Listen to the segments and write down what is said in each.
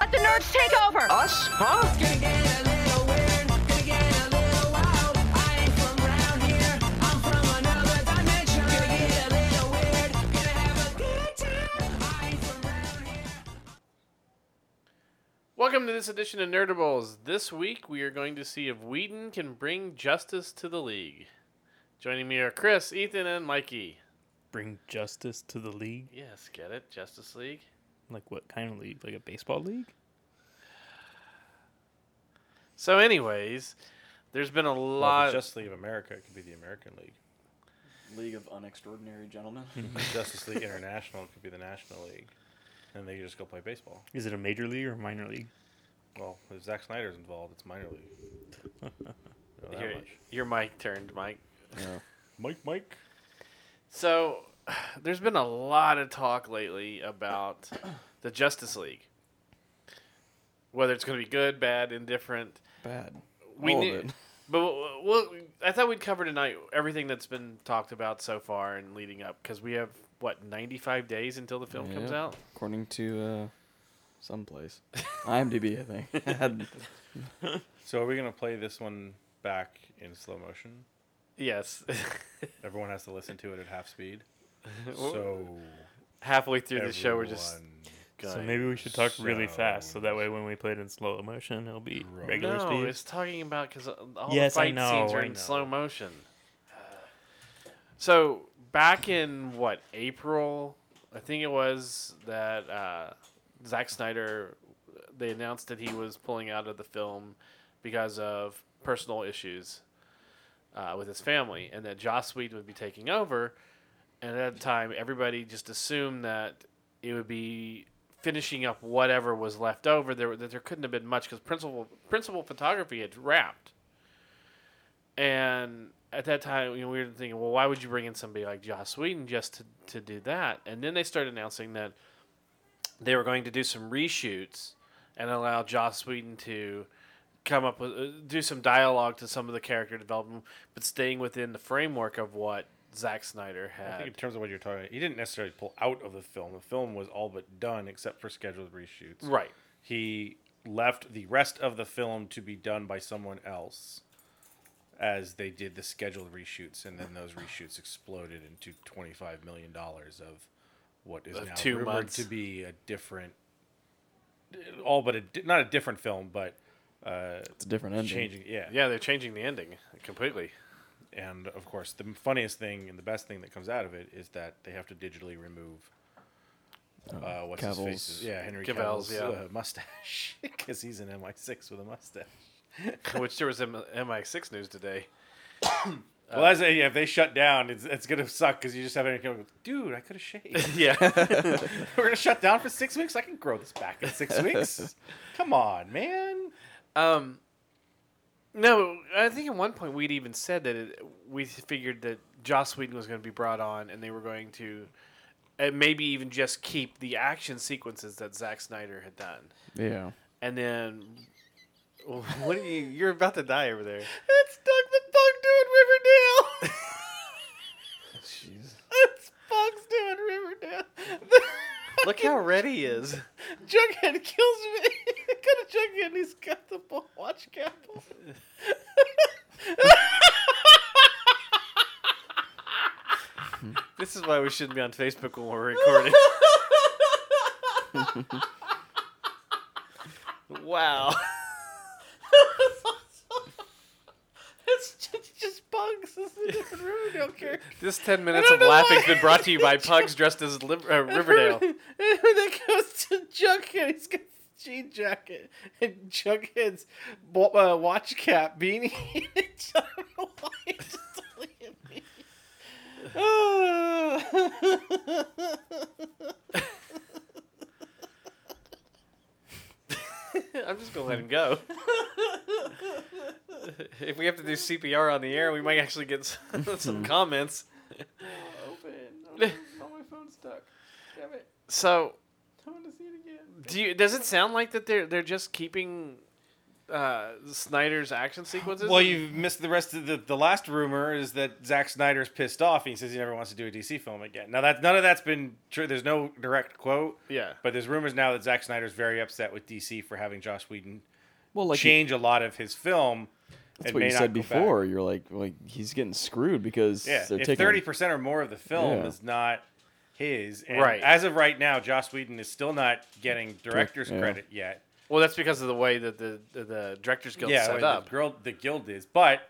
let the nerds take over. Us? Huh? Welcome to this edition of Nerdables. This week we are going to see if Whedon can bring justice to the league. Joining me are Chris, Ethan, and Mikey. bring justice to the league? Yes, get it? Justice League? Like what kind of league? Like a baseball league? So, anyways, there's been a Well, if lot. it's Justice League of America. It could be the American League. League of Unextraordinary Gentlemen. Justice League International could be the National League, and they just go play baseball. Is it a major league or a minor league? Well, if Zack Snyder's involved, it's minor league. Know that your, much. your mic turned, Mike. Mike, Mike. So, there's been a lot of talk lately about the Justice League. Whether it's going to be good, bad, indifferent. Bad. We All of knew, it. but w- well, I thought we'd cover tonight everything that's been talked about so far and leading up because we have what 95 days until the film comes Yeah. out. According to uh, someplace. IMDb, I think. Had- So are we gonna play this one back in slow motion? Yes, Everyone has to listen to it at half speed. So halfway through the show, we're just everyone- going. So maybe we should talk really fast, so that sounds- way when we play it in slow motion, it'll be Right. regular no, speed. it's talking about because all Yes, the I fight scenes know, are I in know. slow motion. So back in what April, I think it was that uh, Zack Snyder, they announced that he was pulling out of the film because of personal issues uh, with his family, and that Joss Whedon would be taking over. And at that time, everybody just assumed that it would be finishing up whatever was left over. There, that there couldn't have been much because principal principal photography had wrapped. And at that time, you know, we were thinking, well, why would you bring in somebody like Joss Whedon just to, to do that? And then they started announcing that they were going to do some reshoots and allow Joss Whedon to come up with uh, do some dialogue to some of the character development, but staying within the framework of what Zack Snyder I think in had. terms of what you're talking about, he didn't necessarily pull out of the film. The film was all but done except for scheduled reshoots. Right. he left the rest of the film to be done by someone else as they did the scheduled reshoots and then those reshoots exploded into 25 million dollars of what is Of now two rumored months. to be a different all but a di- not a different film but it's a different ending. changing yeah Yeah, they're changing the ending completely. and of course the funniest thing and the best thing that comes out of it is that they have to digitally remove uh, what's his Oh, Cavill's- face? Yeah, Henry Cavill's, Cavill's, yeah. uh, mustache, because he's an MI6 with a mustache. which there was M- MI6 news today. Well, that's, yeah, if they shut down, it's, it's gonna suck because you just have anyone go, dude. I could have shaved. Yeah. We're gonna shut down for six weeks. I can grow this back in six weeks. Come on, man. um, no, I think at one point we'd even said that it, we figured that Joss Whedon was going to be brought on, and they were going to, and maybe even just keep the action sequences that Zack Snyder had done, Yeah. and then. What are you? You're about to die over there. It's Doug the Bug doing Riverdale. Jeez. it's Bugs doing Riverdale. Look how red he is. Jughead kills me. got a Jughead and he's got the bo- watch cap on. This is why we shouldn't be on Facebook when we're recording. wow. It's just, just Bugs. It's a different Riverdale character. This 10 minutes don't of know laughing's why. been brought to you by pugs dressed as Liv- uh, Riverdale. And that goes to Jughead. He's got the jean jacket and Jughead's bo- uh, watch cap beanie. I don't know why it just deleted me. Ah. I'm just going to let him go. if we have to do CPR on the air, we might actually get some, some comments. Open. Oh, my phone's stuck. Damn it. So, I want to see it again. do you, does it sound like that they're they're just keeping uh, Snyder's action sequences. Well, you missed the rest of the, the last rumor is that Zack Snyder's pissed off and he says he never wants to do a DC film again. Now that none of that's been true. There's no direct quote, yeah, but there's rumors now that Zack Snyder's very upset with DC for having Joss Whedon Well, like you- change a lot of his film. that's and what may you not said go back. before. You're like, like he's getting screwed because Yeah, they're if taking. thirty percent or more of the film Yeah. is not his, and Right. As of right now, Joss Whedon is still not getting director's yeah. credit yet. well, that's because of the way that the the, the directors guild yeah, set the up. guild, the guild is. But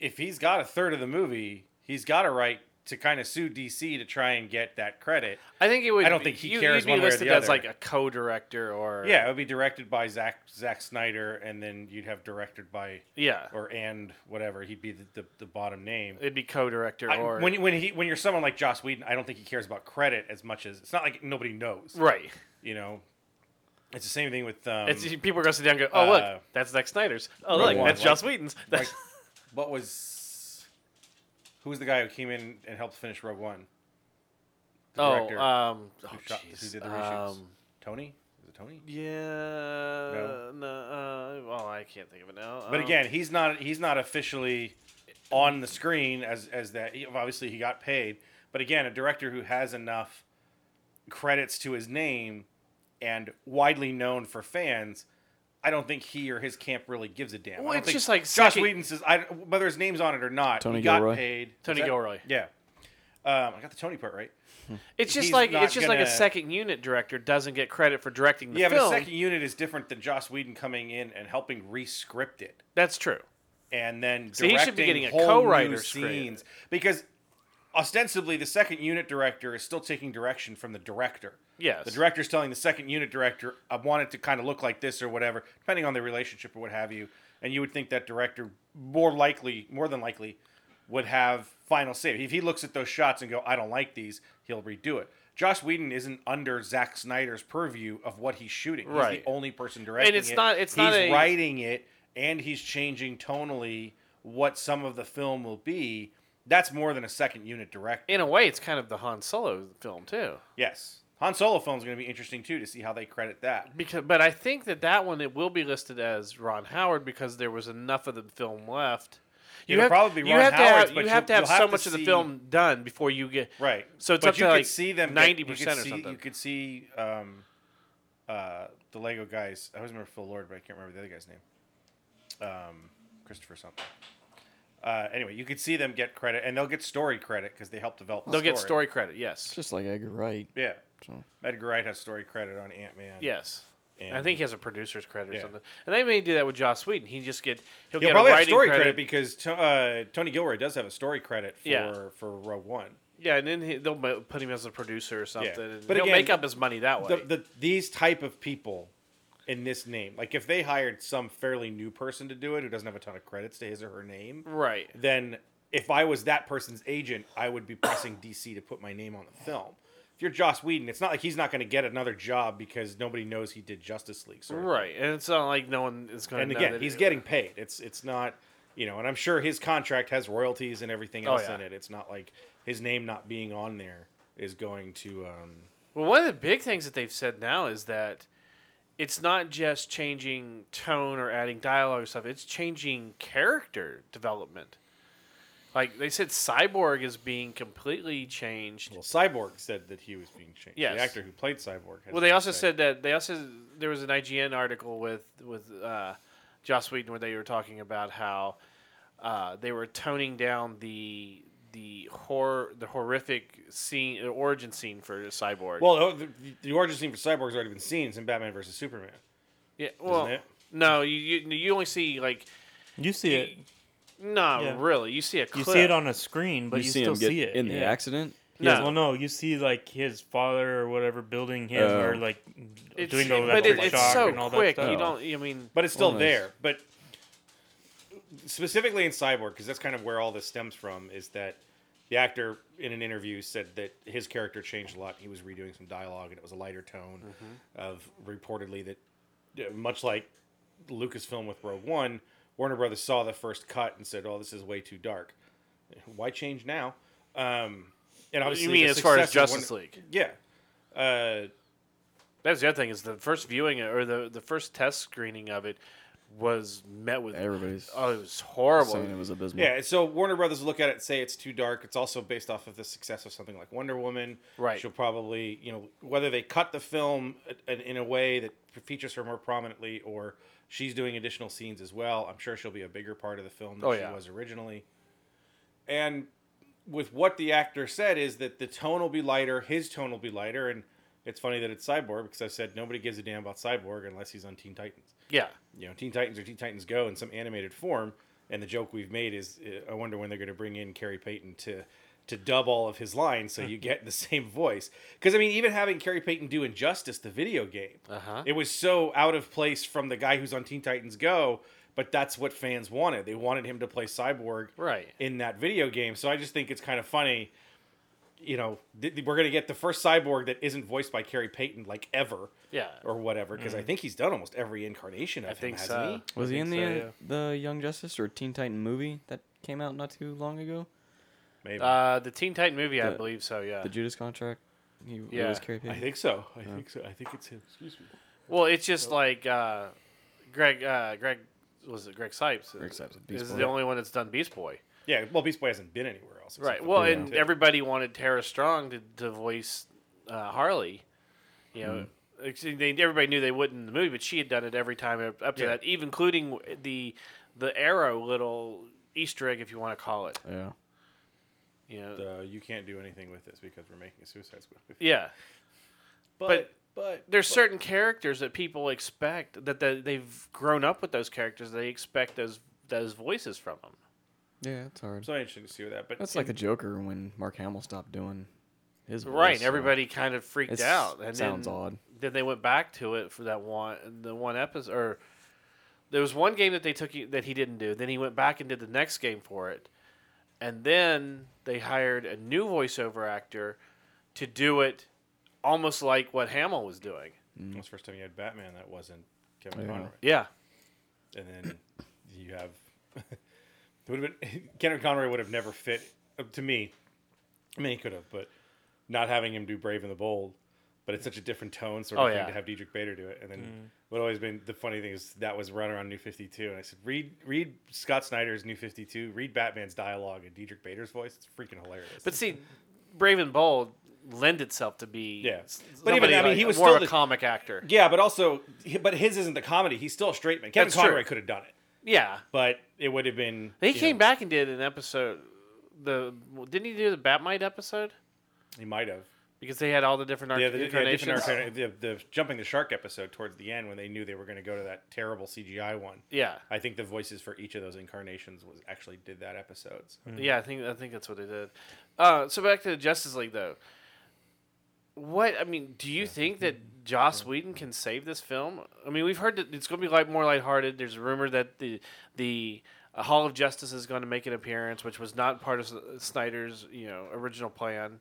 if he's got a third of the movie, he's got a right to kind of sue DC to try and get that credit. I think it would. I don't be- think he you, cares You'd be one way or listed the as other. like a co-director or Yeah, it would be directed by Zack Zack Snyder, and then you'd have directed by yeah. or and whatever. He'd be the, the, the bottom name. It'd be co-director I- or when you- when he when you're someone like Joss Whedon, I don't think he cares about credit as much as it's not like nobody knows. right. You know, it's the same thing with um, It's people are going to sit down and go, oh look, uh, that's Zack Snyder's. Oh Right. look, Like- that's Joss Whedon's. like what was who was the guy who came in and helped finish Rogue One? The oh, director um, oh, who, shot, who jeez. did the reshoots. Um, Tony is it Tony? Yeah. No. uh, well, I can't think of it now. But Um, again, he's not he's not officially on the screen as as that. He, obviously, he got paid. But again, a director who has enough credits to his name and widely known for fans, I don't think he or his camp really gives a damn. I Well, don't it's think- just like Josh sucking- Whedon says, I, whether his name's on it or not, Tony he got Gilroy. paid. Is Tony that- Gilroy. Yeah. Um, I got the Tony part right. it's just he's like not it's just like a gonna- second unit director doesn't get credit for directing the yeah, film. but a second unit is different than Joss Whedon coming in and helping re-script it. That's true. and then So directing he should be getting a whole new co-writer's credit. scenes because ostensibly the second unit director is still taking direction from the director. Yes. The director's telling the second unit director, "I want it to kind of look like this or whatever," depending on the relationship or what have you. And you would think that director more likely, more than likely, would have final say. If he looks at those shots and go, "I don't like these," he'll redo it. Josh Whedon isn't under Zack Snyder's purview of what he's shooting. He's Right. the only person directing it's it. not- it's he's not a- writing it, and he's changing tonally what some of the film will be. That's more than a second unit director. In a way, it's kind of the Han Solo film too. Yes. Han Solo film's going to be interesting too to see how they credit that. Because, but I think that that one it will be listed as Ron Howard because there was enough of the film left. You It'll have, probably be you Ron have to Howard's, have but you have to you'll- have you'll so have to much of the see- film done before you get Right. So it's but up you to, could like, see 90% them or you could see- something. You could see um, uh, the Lego guys. I always remember Phil Lord, but I can't remember the other guy's name. Um, Christopher something. Uh, anyway, you could see them get credit, and they'll get story credit because they helped develop. The They'll get story credit. Yes. Just like Edgar Wright. Yeah, So. Edgar Wright has story credit on Ant Man. Yes. And- I think he has a producer's credit or Yeah. something. And they may do that with Joss Whedon. He just get he'll He'll get probably a have writing story credit. credit, because to, uh, Tony Gilroy does have a story credit for Yeah. for Rogue One. yeah, and then he, they'll ma- put him as a producer or something. And But he'll again, make up his money that way. The, the, these type of people in this name, like if they hired some fairly new person to do it who doesn't have a ton of credits to his or her name, right. then if I was that person's agent, I would be pressing DC to put my name on the film. If you're Joss Whedon, it's not like he's not going to get another job because nobody knows he did Justice League. Sort of Right. And it's not like no one is going and to again, he's getting paid. It's it's not you know, and I'm sure his contract has royalties and everything Oh, else yeah. in it. It's not like his name not being on there is going to. Um, Well, one of the big things that they've said now is that it's not just changing tone or adding dialogue or stuff, it's changing character development. Like they said Cyborg is being completely changed. well, Cyborg said that he was being changed. Yes. the actor who played Cyborg. had Well, they been also changed. said that they also there was an IGN article with with uh, Joss Whedon where they were talking about how uh, they were toning down the the horror the horrific scene the origin scene for Cyborg. Well, the, the origin scene for Cyborg has already been seen. It's in Batman versus Superman. yeah, well, it? no, you, you you only see like You see it. no, Yeah. really, you see a clip. You see it on a screen, but you, you, see still him get see it in the yeah. accident. Yeah, No. Well, no, you see like his father or whatever building him Oh. or like It's- doing the but electric it, it's shock so and all quick. that You stuff. don't. I mean, But it's still Well, nice. there. But specifically in Cyborg, because that's kind of where all this stems from, is that the actor in an interview said that his character changed a lot. He was redoing some dialogue, and it was a lighter tone Mm-hmm. of reportedly that, yeah, much like Lucasfilm with Rogue One, Warner Brothers saw the first cut and said, "Oh, this is way too dark. Why change now?" Um, and obviously, you mean the as far as success of Justice Warner- League? yeah. Uh, uh, That's the other thing is the first viewing or the the first test screening of it was met with Everybody's oh it was horrible. saying it was abysmal. Uh, Yeah, so Warner Brothers look at it and say it's too dark. It's also based off of the success of something like Wonder Woman. Right. She'll probably, you know, whether they cut the film a- a- in a way that features her more prominently or she's doing additional scenes as well, I'm sure she'll be a bigger part of the film than Oh, she yeah. was originally. And with what the actor said is that the tone will be lighter, his tone will be lighter, and it's funny that it's Cyborg because I said nobody gives a damn about Cyborg unless he's on Teen Titans yeah, you know, Teen Titans or Teen Titans Go in some animated form. And the joke we've made is, uh, I wonder when they're going to bring in Carrie Payton to to dub all of his lines Hmm. so you get the same voice. Because I mean, even having Carrie Payton do Injustice, the video game, Uh-huh. it was so out of place from the guy who's on Teen Titans Go. But that's what fans wanted. They wanted him to play Cyborg right. in that video game. So I just think it's kind of funny. You know, th- th- we're going to get the first cyborg that isn't voiced by Carrie Payton like ever. Yeah. Or whatever, because I think he's done almost every incarnation Mm. of I him, think hasn't so. he? Was I he in think the so, uh, the Young Justice or Teen Titan movie that came out not too long ago? Maybe. yeah. Uh, the Teen Titan movie, I The- believe so. Yeah. The Judas Contract. He it Yeah, was Carrie I Payton. think so. I think so. I think it's him. Excuse me. Well, it's just like uh, Greg. Uh, Greg was it Greg Sipes? Greg Sipes with Beast is Boy. the only one that's done Beast Boy. Yeah, well, Beast Boy hasn't been anywhere else. except Right. for Well, Blue and Mountain. everybody wanted Tara Strong to, to voice uh, Harley. You know, Mm-hmm. ex- they, everybody knew they wouldn't in the movie, but she had done it every time up up to Yeah. that, even including the the Arrow little Easter egg, if you want to call it. Yeah. You know, Uh, you can't do anything with this because we're making a Suicide Squad. movie. yeah. But but There's certain characters that people expect that the, they've grown up with those characters. They expect those those voices from them. Yeah, it's hard. I'm so interested to see that. But That's like the Joker when Mark Hamill stopped doing his voice, Right, and so everybody kind of freaked it's- out, and sounds then, odd. Then they went back to it for that one, the one episode, or there was one game that they took that he didn't do. Then he went back and did the next game for it, and then they hired a new voiceover actor to do it, almost like what Hamill was doing. that was the first time you had Batman that wasn't Kevin Yeah. Conroy, Yeah, and then you have would have been Kevin Conroy would have never fit uh, to me. I mean, he could have, but not having him do Brave and the Bold. But it's such a different tone sort of Oh, thing yeah. Mm. to have Diedrich Bader do it. And then what always been the funny thing is that was right around New 52. And I said, read read Scott Snyder's New 52, read Batman's dialogue and Diedrich Bader's voice. It's freaking hilarious. but see, Brave and Bold lend itself to be Yeah. s- But even- somebody I mean, like- he was more still of a the- comic actor. yeah, but also, but his isn't the comedy. He's still a straight man. Kevin That's true. Conroy could have done it, Yeah, but it would have been. he you came know, back and did an episode. The didn't he do the Batmite episode? He might have. Because they had all the different Yeah, yeah, the, yeah, incarnations. different arc- the, the jumping the shark episode towards the end when they knew they were going to go to that terrible CGI one. yeah, I think the voices for each of those incarnations was actually did that episode. so. yeah. I think I think that's what they did. Uh, so back to the Justice League though. What I mean, do you think that Joss Whedon can save this film? I mean, we've heard that it's going to be like more lighthearted. There's a rumor that the the uh, Hall of Justice is going to make an appearance, which was not part of S- Snyder's you know original plan.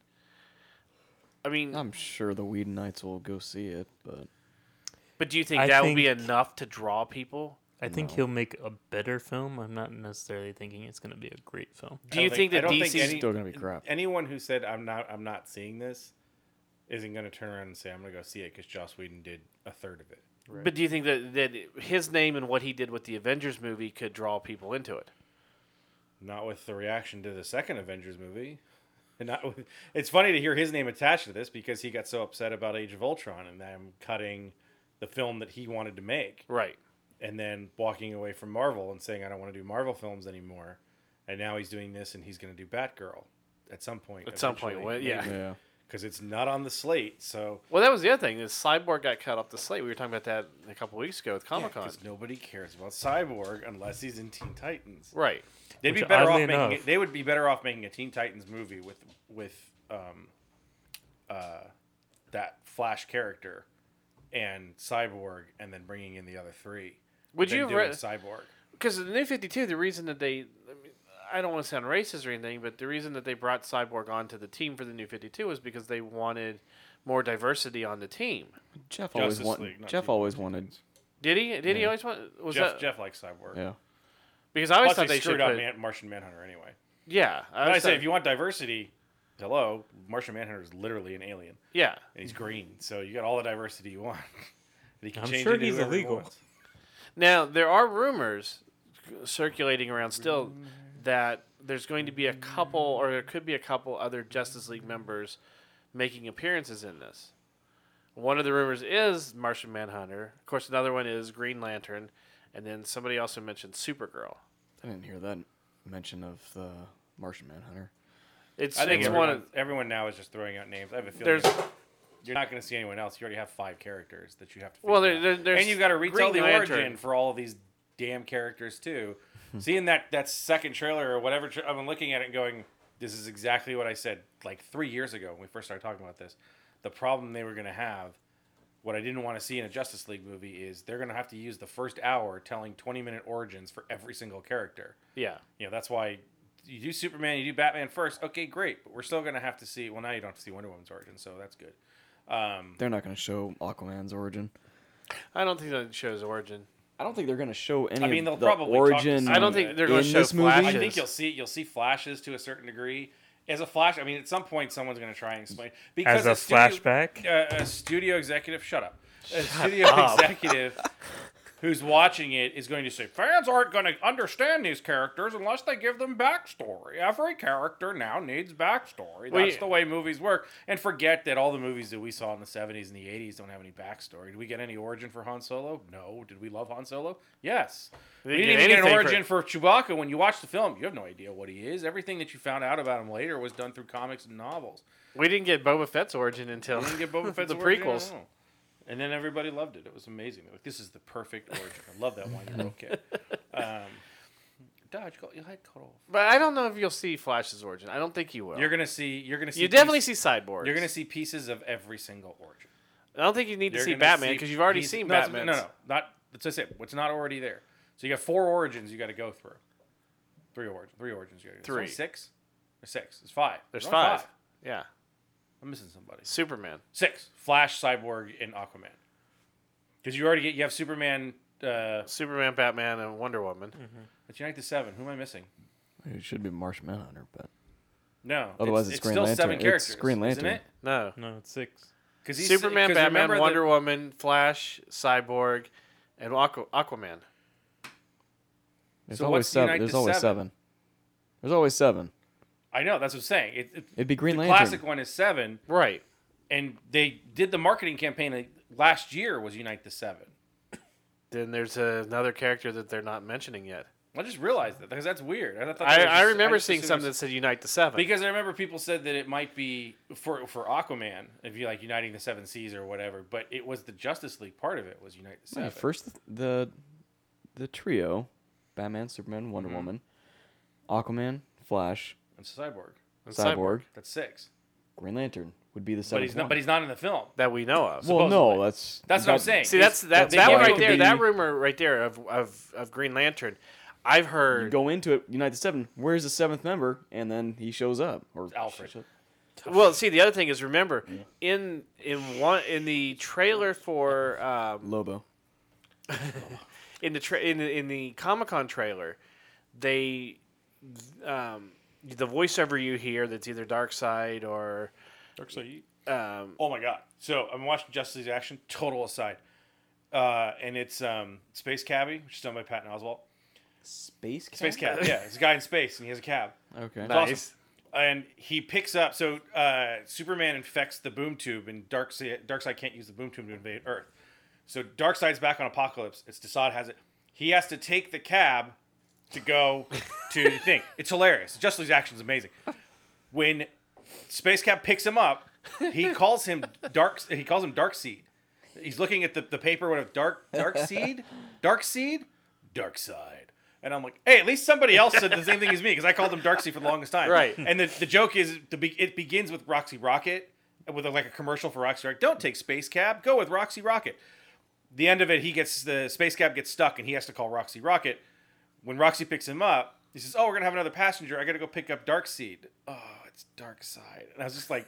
I mean, I'm sure the Weed Knights will go see it, but but do you think I that would be think- enough to draw people? I think he'll make a better film. I'm not necessarily thinking it's going to be a great film. Do I you don't think, think- I that don't think DC? 's- any- still gonna be crap. Anyone who said I'm not I'm not seeing this isn't going to turn around and say I'm going to go see it because Joss Whedon did a third of it. But do you think that that his name and what he did with the Avengers movie could draw people into it? Not with the reaction to the second Avengers movie. And not with, it's funny to hear his name attached to this because he got so upset about Age of Ultron and them cutting the film that he wanted to make. Right. and then walking away from Marvel and saying I don't want to do Marvel films anymore, and now he's doing this and he's going to do Batgirl at some point. At some point, well, yeah. yeah, because it's not on the slate, so Well, that was the other thing. Is Cyborg got cut off the slate. We were talking about that a couple weeks ago with Comic Con. because nobody cares about Cyborg unless he's in Teen Titans. right. They'd be Which, better off oddly making enough- it, they would be better off making a Teen Titans movie with with um, uh, that Flash character and Cyborg, and then bringing in the other three. Would than you have doing re- Cyborg? Because the New Fifty Two, the reason that they, I, mean, I don't want to sound racist or anything, but the reason that they brought Cyborg onto the team for the New Fifty Two was because they wanted more diversity on the team. Jeff always Justice wanted. League, not Jeff Teen always wanted. Did he? Did he always want? Was Jeff that Jeff likes Cyborg. Yeah, because I always Plus, thought they, they screwed should up put- Man- Martian Manhunter anyway. Yeah, I, But I always say, thought- if you want diversity, hello, Martian Manhunter is literally an alien, yeah. and he's green, so you got all the diversity you want. And he I'm sure he's whoever he illegal. wants. Now there are rumors circulating around still that there's going to be a couple, or there could be a couple other Justice League members making appearances in this. One of the rumors is Martian Manhunter. Of course, another one is Green Lantern, and then somebody also mentioned Supergirl. I didn't hear that mention of the Martian Manhunter. It's I think it's everyone, one of everyone now is just throwing out names. I have a feeling there's you're not going to see anyone else. You already have five characters that you have to. well figure there, out. there, there's and you've got to retell Green the Lantern. Hmm. origin for all of these damn characters too. Seeing that that second trailer or whatever, tra- I've been looking at it and going, "This is exactly what I said like three years ago when we first started talking about this." The problem they were going to have, what I didn't want to see in a Justice League movie, is they're going to have to use the first hour telling twenty minute origins for every single character. Yeah, You know that's why you do Superman, you do Batman first. Okay, great, but we're still going to have to see. Well, now you don't have to see Wonder Woman's origin, so that's good. Um, They're not going to show Aquaman's origin. I don't think that shows origin. I don't think they're going to show any. I mean, they'll of the probably talk to origin. some- I don't think they're going in to show this movie? I I flashes. think you'll see you'll see flashes to a certain degree. As a flash, I mean, at some point, someone's going to try and explain because As a studio- flashback? Uh, a studio executive, shut up. A studio executive who's watching it is going to say fans aren't going to understand these characters unless they give them backstory. Every character now needs backstory. That's Well, yeah. the way movies work. And forget that all the movies that we saw in the '70s and the '80s don't have any backstory. Did we get any origin for Han Solo? No. Did we love Han Solo? Yes. We didn't didn't get even get an anything for- origin for Chewbacca when you watch the film. You have no idea what he is. Everything that you found out about him later was done through comics and novels. We didn't get Boba Fett's origin until You didn't get Boba Fett's the origin, I don't prequels. know. And then everybody loved it. It was amazing. They're like, this is the perfect origin. I love that one. You're okay. Um, Dodge, go, your head cut off. But I don't know if you'll see Flash's origin. I don't think you will. You're gonna see. You're gonna see. you definitely piece- see sideboards. You're gonna see pieces of every single origin. I don't think you need to You're see gonna Batman see because you've already pieces- seen no, that's- Batman. No, no, not. That's just it. What's not already there. So you got four origins you got to go through. Three origins. Three origins. You got to go through. Three. It's only Six. There's six. There's five. There's only five. Yeah, I'm missing somebody. Superman. Six. Flash, Cyborg, and Aquaman. Because you already get you have Superman. Uh, Superman, Batman, and Wonder Woman. Hmm. let's unite the seven. Who am I missing? It should be Martian Manhunter, but No. Otherwise it's Green still Lantern. seven It's characters. Green Isn't Lantern. it? No, No, it's six. 'Cause he's- Superman, 'cause Batman, remember the- Wonder Woman, Flash, Cyborg, and Aqu- Aquaman. there's So always what's the seven. Unite There's to always seven? seven. There's always seven. I know. That's what I'm saying. It, it, It'd be Green the Lantern. classic one is seven, Right. and they did the marketing campaign like, last year was unite the seven. Then there's another character that they're not mentioning yet. I just realized that because that's weird. I, thought that I, was I just- remember just seeing assumed something it that was- said Unite the Seven. because I remember people said that it might be for for Aquaman if you like uniting the seven seas or whatever. But it was the Justice League part of it was unite the Yeah, seven. first the the trio, Batman, Superman, Mm-hmm. Wonder Woman, Aquaman, Flash, and Cyborg. And Cyborg, That's six. Green Lantern would be the seventh. But he's not. one. But he's not in the film. that we know of. well, no, supposedly. that's That's what I'm that- saying. See, that's It's- that they that gave one it right to there. be- That rumor right there of of of Green Lantern. I've You heard. go into it, unite the seven. Where's the seventh member? And then he shows up. Or Alfred. shows up. Well, see, the other thing is remember in in one in the trailer for um, Lobo. in the tra- in the, in the Comic Con trailer, they um, the voiceover you hear that's either Dark Side or um, Oh my god! So I'm watching Justice League Action. Total aside, uh, and it's um, Space Cabbie, which is done by Patton Oswalt. Space Cat. Oh, Space Cab, yeah, it's a guy in space, and he has a cab. Okay. It's awesome. Nice. And he picks up. So uh, Superman infects the boom tube, and Darkseid, Darkseid can't use the boom tube to invade Earth. So Darkseid's back on Apocalypse. It's Desaad has it. He has to take the cab to go to the thing. It's hilarious. Justice League's action is amazing. When Space Cab picks him up, he calls him Dark. He calls him Dark Seed. He's looking at the, the paper. What of Dark Dark Seed? Dark Seed? Dark Side. And I'm like, hey, at least somebody else said the same thing as me because I called him Dark Seed for the longest time. Right. And the, the joke is the be- it begins with Roxy Rocket with a, like a commercial for Roxy Rocket. Don't take Space Cab. Go with Roxy Rocket. The end of it, he gets the Space Cab gets stuck and he has to call Roxy Rocket. When Roxy picks him up, he says, "Oh, we're gonna have another passenger. I gotta go pick up Dark Seed." Oh, it's Dark Side. And I was just like,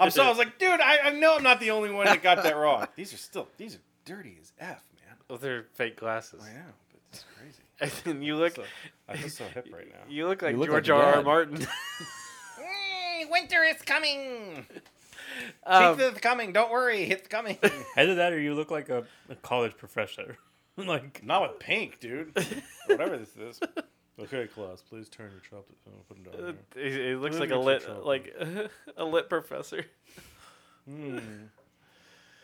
I'm so I was like, dude, I, I know I'm not the only one that got that wrong. These are still these are dirty as f, man. With their fake glasses. I know, but it's crazy. and you look So, I feel so hip right now. you look like You look George like your R. R. dad. Martin. winter is coming. Um, Um, Keep the coming. Don't worry, it's coming. Either that or you look like a, a college professor. like Not with pink, dude. Whatever this is. Okay, Klaus, please turn your chocolate. I'm gonna put it down It, it looks Let like me a get lit, some like a lit professor. here.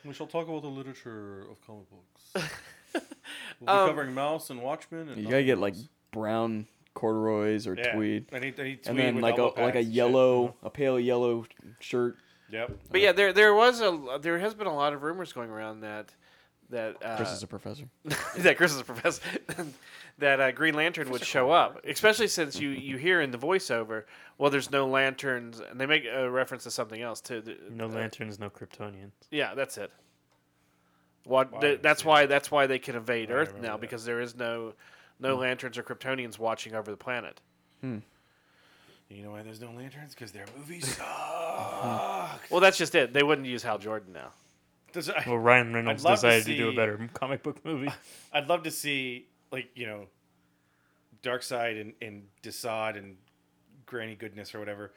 We shall talk about the literature of comic books. We'll be Um, covering Mouse and Watchmen. And You gotta get nothing like else. brown corduroys or Yeah, tweed, I need, I need tweed and then with like a elbow pads like a and shit. yellow, a pale yellow shirt. Yep. But yeah, there there was a there has been a lot of rumors going around that that uh, Chris is a professor. that Chris is a professor that uh, Green Lantern would show up, especially since you you hear in the voiceover, well, there's no lanterns, and they make a reference to something else too. The- no uh, lanterns, no Kryptonians. Yeah, that's it. What Wow, I th- didn't that's see why that's why they can invade I Earth remember now that. because there is no Hmm. no lanterns or Kryptonians watching over the planet. You know why there's no lanterns? Because their movies suck. Well, that's just it. They wouldn't use Hal Jordan now. Does- I- Well, Ryan Reynolds love to decided to, do a see- better m- comic book movie. I'd love to see like you know, Dark Side and and Desaad and Granny Goodness or whatever.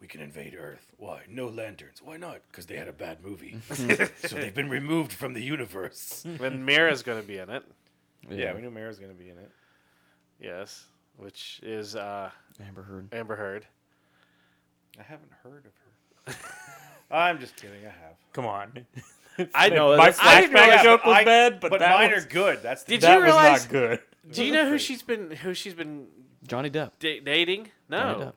We can invade Earth. Why? No lanterns. Why not? Because they had a bad movie, so they've been removed from the universe. When Mira's going to be in it, yeah, we knew Mara's gonna be in it. yes, which is uh, Amber Heard. Amber Heard. I haven't heard of her. I'm just kidding. I have. Come on. I know, My that's- I didn't flashback realize- joke was I- bad, but, But that mine was, are good. That's the Did that you realize- was not good. Do you know who Great. she's been who she's been Johnny Depp. da- dating? Johnny No, Depp.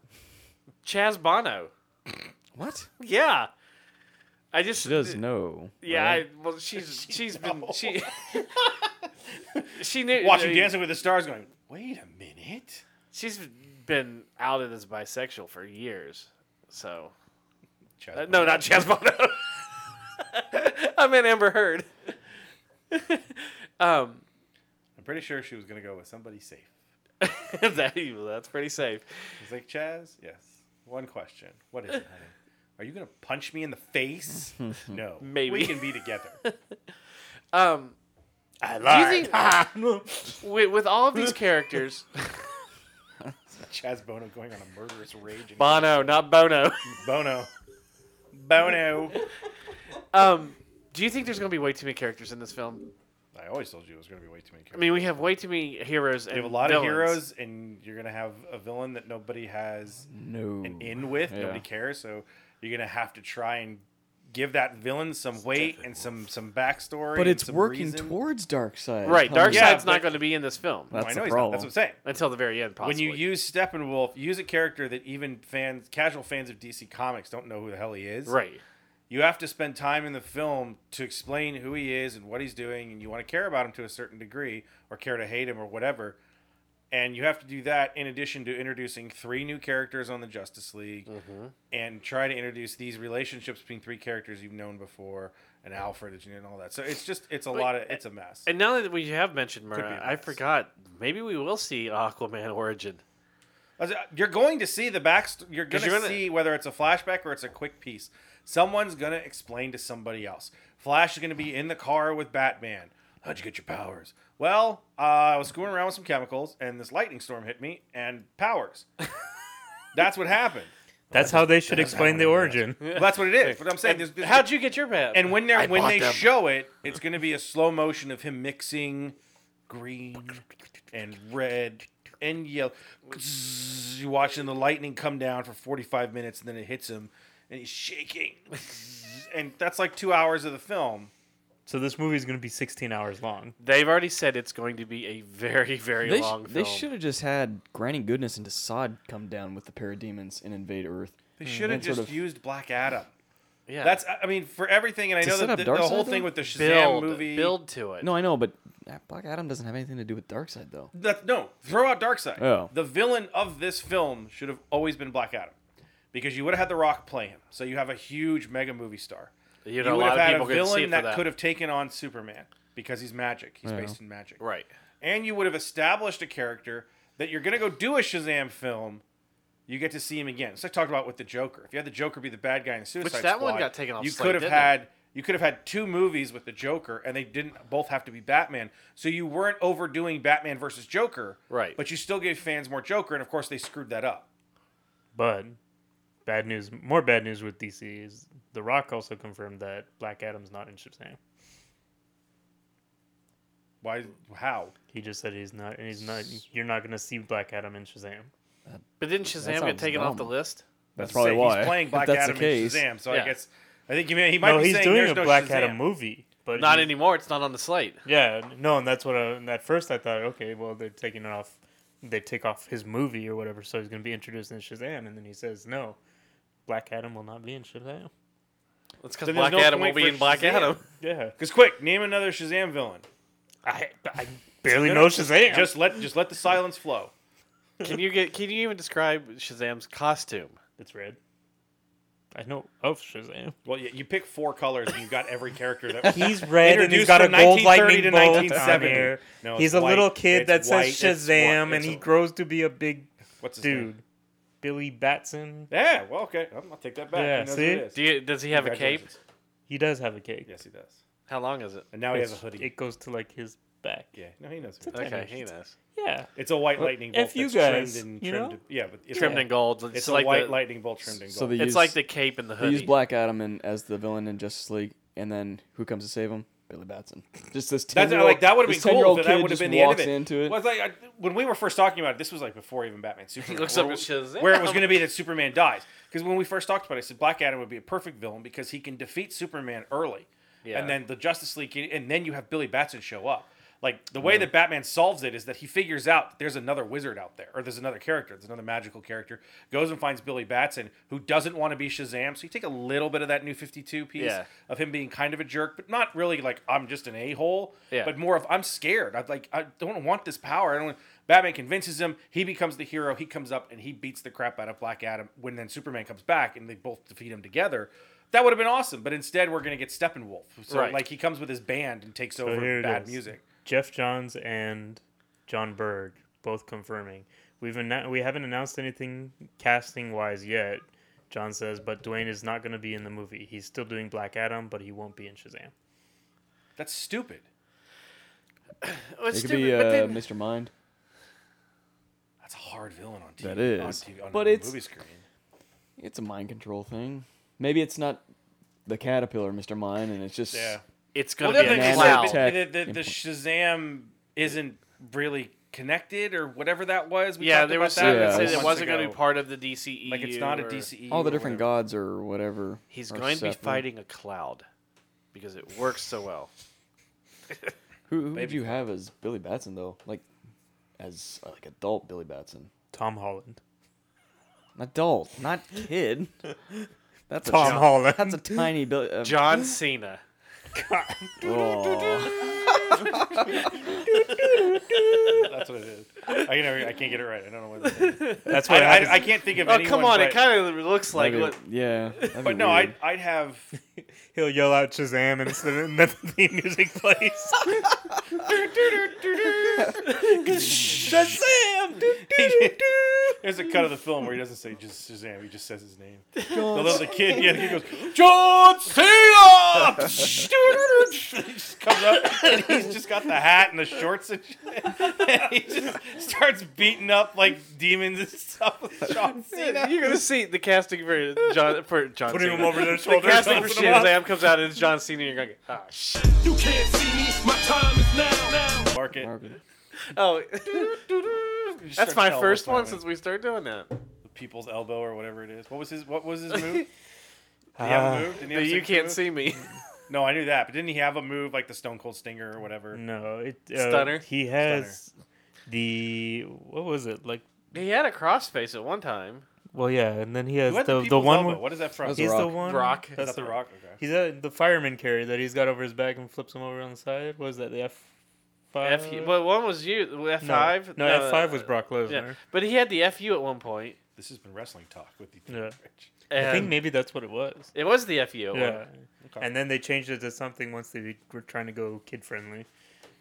Chaz Bono. What? Yeah, I just She does know. Yeah, right? I, well, she's she's been knows. she she knew watching I mean, Dancing with the Stars. Going. Wait a minute. She's been outed as bisexual for years. So Chaz uh, no, not Chaz Bono. I meant Amber Heard. um, I'm pretty sure she was gonna go with somebody safe. that, that's pretty safe. It's like Chaz. Yes. One question. What is it, honey? Are you gonna punch me in the face? no. Maybe. we can be together. Um, I lied. lied. with, with all of these characters, Chaz Bono going on a murderous rage. And Bono, not Bono. Bono. Bono. Um, do you think there's going to be way too many characters in this film? I always told you it was gonna be way too many characters. I mean, we have way too many heroes. And you have a lot villains. of heroes, and you're gonna have a villain that nobody has No. an in with. Yeah. Nobody cares. So you're gonna have to try and give that villain some weight and some some backstory. But and it's some working reason. towards dark side. Right, Come on. Darkseid's Yeah, not but- going to be in this film I That's know the he's not. problem. That's what I'm saying. until the very end. Possibly. When you use Steppenwolf, you use a character that even fans, casual fans of DC Comics, don't know who the hell he is. right, You have to spend time in the film to explain who he is and what he's doing, and you want to care about him to a certain degree, or care to hate him, or whatever. And you have to do that in addition to introducing three new characters on the Justice League, Mm-hmm. and try to introduce these relationships between three characters you've known before, and Alfred that you know, and all that. So it's just it's a lot of it's a mess. and now that we have mentioned be Mara, a I mess. forgot. Maybe we will see Aquaman origin. As- uh, You're going to see the back. You're going to you're gonna- see whether it's a flashback or it's a quick piece. Someone's going to explain to somebody else. Flash is going to be in the car with Batman. How'd you get your powers? Well, uh, I was screwing around with some chemicals, and this lightning storm hit me, and powers. That's what happened. That's how they should explain the origin. Well, that's what it is. But I'm saying, there's, there's- How'd you get your pet? and when they are when bought they them. show it, it's going to be a slow motion of him mixing green and red and yellow. You're watching the lightning come down for 45 minutes, and then it hits him, and he's shaking. And that's like two hours of the film. So this movie is going to be 16 hours long. they've already said it's going to be a very very They, long sh- they film. should have just had Granny Goodness and Desaad come down with the parademons and invade Earth. They should have And Mm, sort just of- used Black Adam. Yeah, That's I- I mean for everything, and I To know set that up the, the whole Darkseid, thing though? with the Shazam build movie. build to it. No, I know, but Black Adam doesn't have anything to do with Darkseid, though. That, no, throw out Darkseid. Oh. The villain of this film should have always been Black Adam, because you would have had The Rock play him. So you have a huge mega movie star. you know, you a would lot have of had people a could see it villain for that, that, could have taken on Superman because he's magic. He's based in magic. right. And you would have established a character that you're going to go do a Shazam film. You get to see him again. It's like I talked about with the Joker. If you had the Joker be the bad guy in Suicide that one Squad, got taken off You slate, could have didn't it? had you could have had two movies with the Joker, and they didn't both have to be Batman. So you weren't overdoing Batman versus Joker, Right. But you still gave fans more Joker, and of course they screwed that up. But bad news, more bad news with DC is The Rock also confirmed that Black Adam's not in Shazam. Why? How? He just said he's not, and he's not. You're not gonna see Black Adam and Shazam. But didn't Shazam get sounds taken off the dumb. list? That's Say probably why. he's playing If Black that's the Adam case. and Shazam. So Yeah. I guess I think he, may, he might No, be he's saying doing there's a no Black Shazam. Adam movie, but Not he- anymore. It's not on the slate. Yeah, no, and that's what. I, and at first I thought, okay, well they're taking it off. They take off his movie or whatever, so he's gonna be introduced in Shazam, and then he says, no, Black Adam will not be in Shazam. It's because Then there's Black no Adam will point be for in Black Shazam. Adam. Yeah, Because quick, name another Shazam villain. I I barely No, know no, Shazam. Just let just let the silence flow. Can you get? Can you even describe Shazam's costume? it's red. I know of Shazam. Well, you, you pick four colors and you've got every character that He's red and he's Introduced got a from gold 1930 lightning to bolt on 1970. here. No, it's he's a white, little kid it's that white, says it's wa- Shazam, and it's he a- grows to be a big what's his name? dude. Billy Batson. Yeah, well, okay. I'm- I'll take that back. Yeah, He knows see? who it is. Do you, does he have a cape? Congratulations. He does have a cape. Yes, he does. How long is it? And now he has a It's- hoodie. It goes to like his back. yeah, no, he knows. Who it is. Okay, he knows. Yeah. It's a white lightning bolt. F you that's trimmed guys, and you trimmed- know? Yeah, but it's Trimmed in gold. It's, It's, a like white the, lightning bolt trimmed in gold. So they It's use, like the cape and the they hoodie. use Black Adam in, as the villain in Justice League, and then who comes to save him? Billy Batson. Just this ten That's year like that would have been this cool. ten-year-old That kid would have just been the end of walks it. into it. Well, it's like, I, when we were first talking about it, this was like before even Batman Superman. looks where, up at Shazam. where it was going to be that Superman dies. Because when we first talked about it, I said Black Adam would be a perfect villain because he can defeat Superman early, Yeah. and then the Justice League, can- and then you have Billy Batson show up. Like the way that Batman solves it is that he figures out that there's another wizard out there, or there's another character, there's another magical character, goes and finds Billy Batson, who doesn't want to be Shazam. So you take a little bit of that new 52 piece Yeah. of him being kind of a jerk, but not really like I'm just an a hole. Yeah. But more of I'm scared. I like I don't want this power. I don't. Batman convinces him. He becomes the hero. He comes up and he beats the crap out of Black Adam. When then Superman comes back and they both defeat him together. That would have been awesome, but instead we're gonna get Steppenwolf. So Right. like he comes with his band and takes So Oh, here over it bad is. music. Jeff Johns and John Berg both confirming. We've annou- we haven't announced anything casting wise yet. John says, but Dwayne is not going to be in the movie. He's still doing Black Adam, but he won't be in Shazam. That's stupid. Oh, it's It could stupid, be but uh, then- Mr. Mind. That's a hard villain on TV. That is. on TV, on But a it's- movie screen. It's a mind control thing. Maybe it's not the caterpillar, Mr. Mind, and it's just Yeah. it's going Well, to the be other a thing is cloud. that Tech The, the, the input. Shazam isn't really connected or whatever that was. We yeah, talked there about was that that Yeah. that said months it wasn't going to ago. be part of the DCEU. Like it's not a E or- DCE. all the or different whatever. gods or whatever. He's are going to be separate. fighting a cloud because it works so well. Who, who would you have as Billy Batson though? Like, as uh, like adult Billy Batson. Tom Holland. Adult, not kid. That's Tom a chi- Holland. That's a tiny Billy. Uh, oh, John Cena. aw. That's what it is. I can never, I can't get it right. I don't know what. It is. That's I, what I, I happens. can't think of. Oh anyone, come on! But, It kind of looks like That'd what Oh, be- yeah. that'd be but no, weird. I'd, I'd have. He'll yell out Shazam and instead of the theme music plays. Shazam! There's a cut of the film where he doesn't say just Shazam. He just says his name. The little the kid. Yeah, he goes John Cena. he just comes up and he's just got the hat and the shorts and shit. And he just starts beating up like demons and stuff with John Cena. You're gonna see the casting for John for John Putting Cena. him over their the shoulder. casting for Shazam comes out and it's John Cena. You're gonna get ah shit. You can't see me, my time is now. now. Mark it. Mark it. Oh, Just that's start my elbow first one slamming. since we started doing that. the people's elbow or whatever it is. What was his? What was his move? Did he have a Ah. move? Didn't he The have a you signature can't move? see me. No, I knew that, but didn't he have a move like the Stone Cold Stinger or whatever? No, it, uh, Stunner? He has the what was it like? he had a crossface at one time. Well, yeah, and then he Who has had the the, people's one. elbow? where- What is that from? That's He's Is The the Rock. one. Rock. that That's the Rock. Okay. He's a, the fireman carry that he's got over his back and flips him over on the side. What is that the F five? F. Well, one was you. F Uh, no, five. uh, No, F five was Brock Yeah, Lesnar. but he had the FU at one point. This has been wrestling talk with the Yeah. Rich. And Oh, I think maybe that's what it was. it was the FU. at one- Yeah, Okay. and then they changed it to something once they were trying to go kid friendly.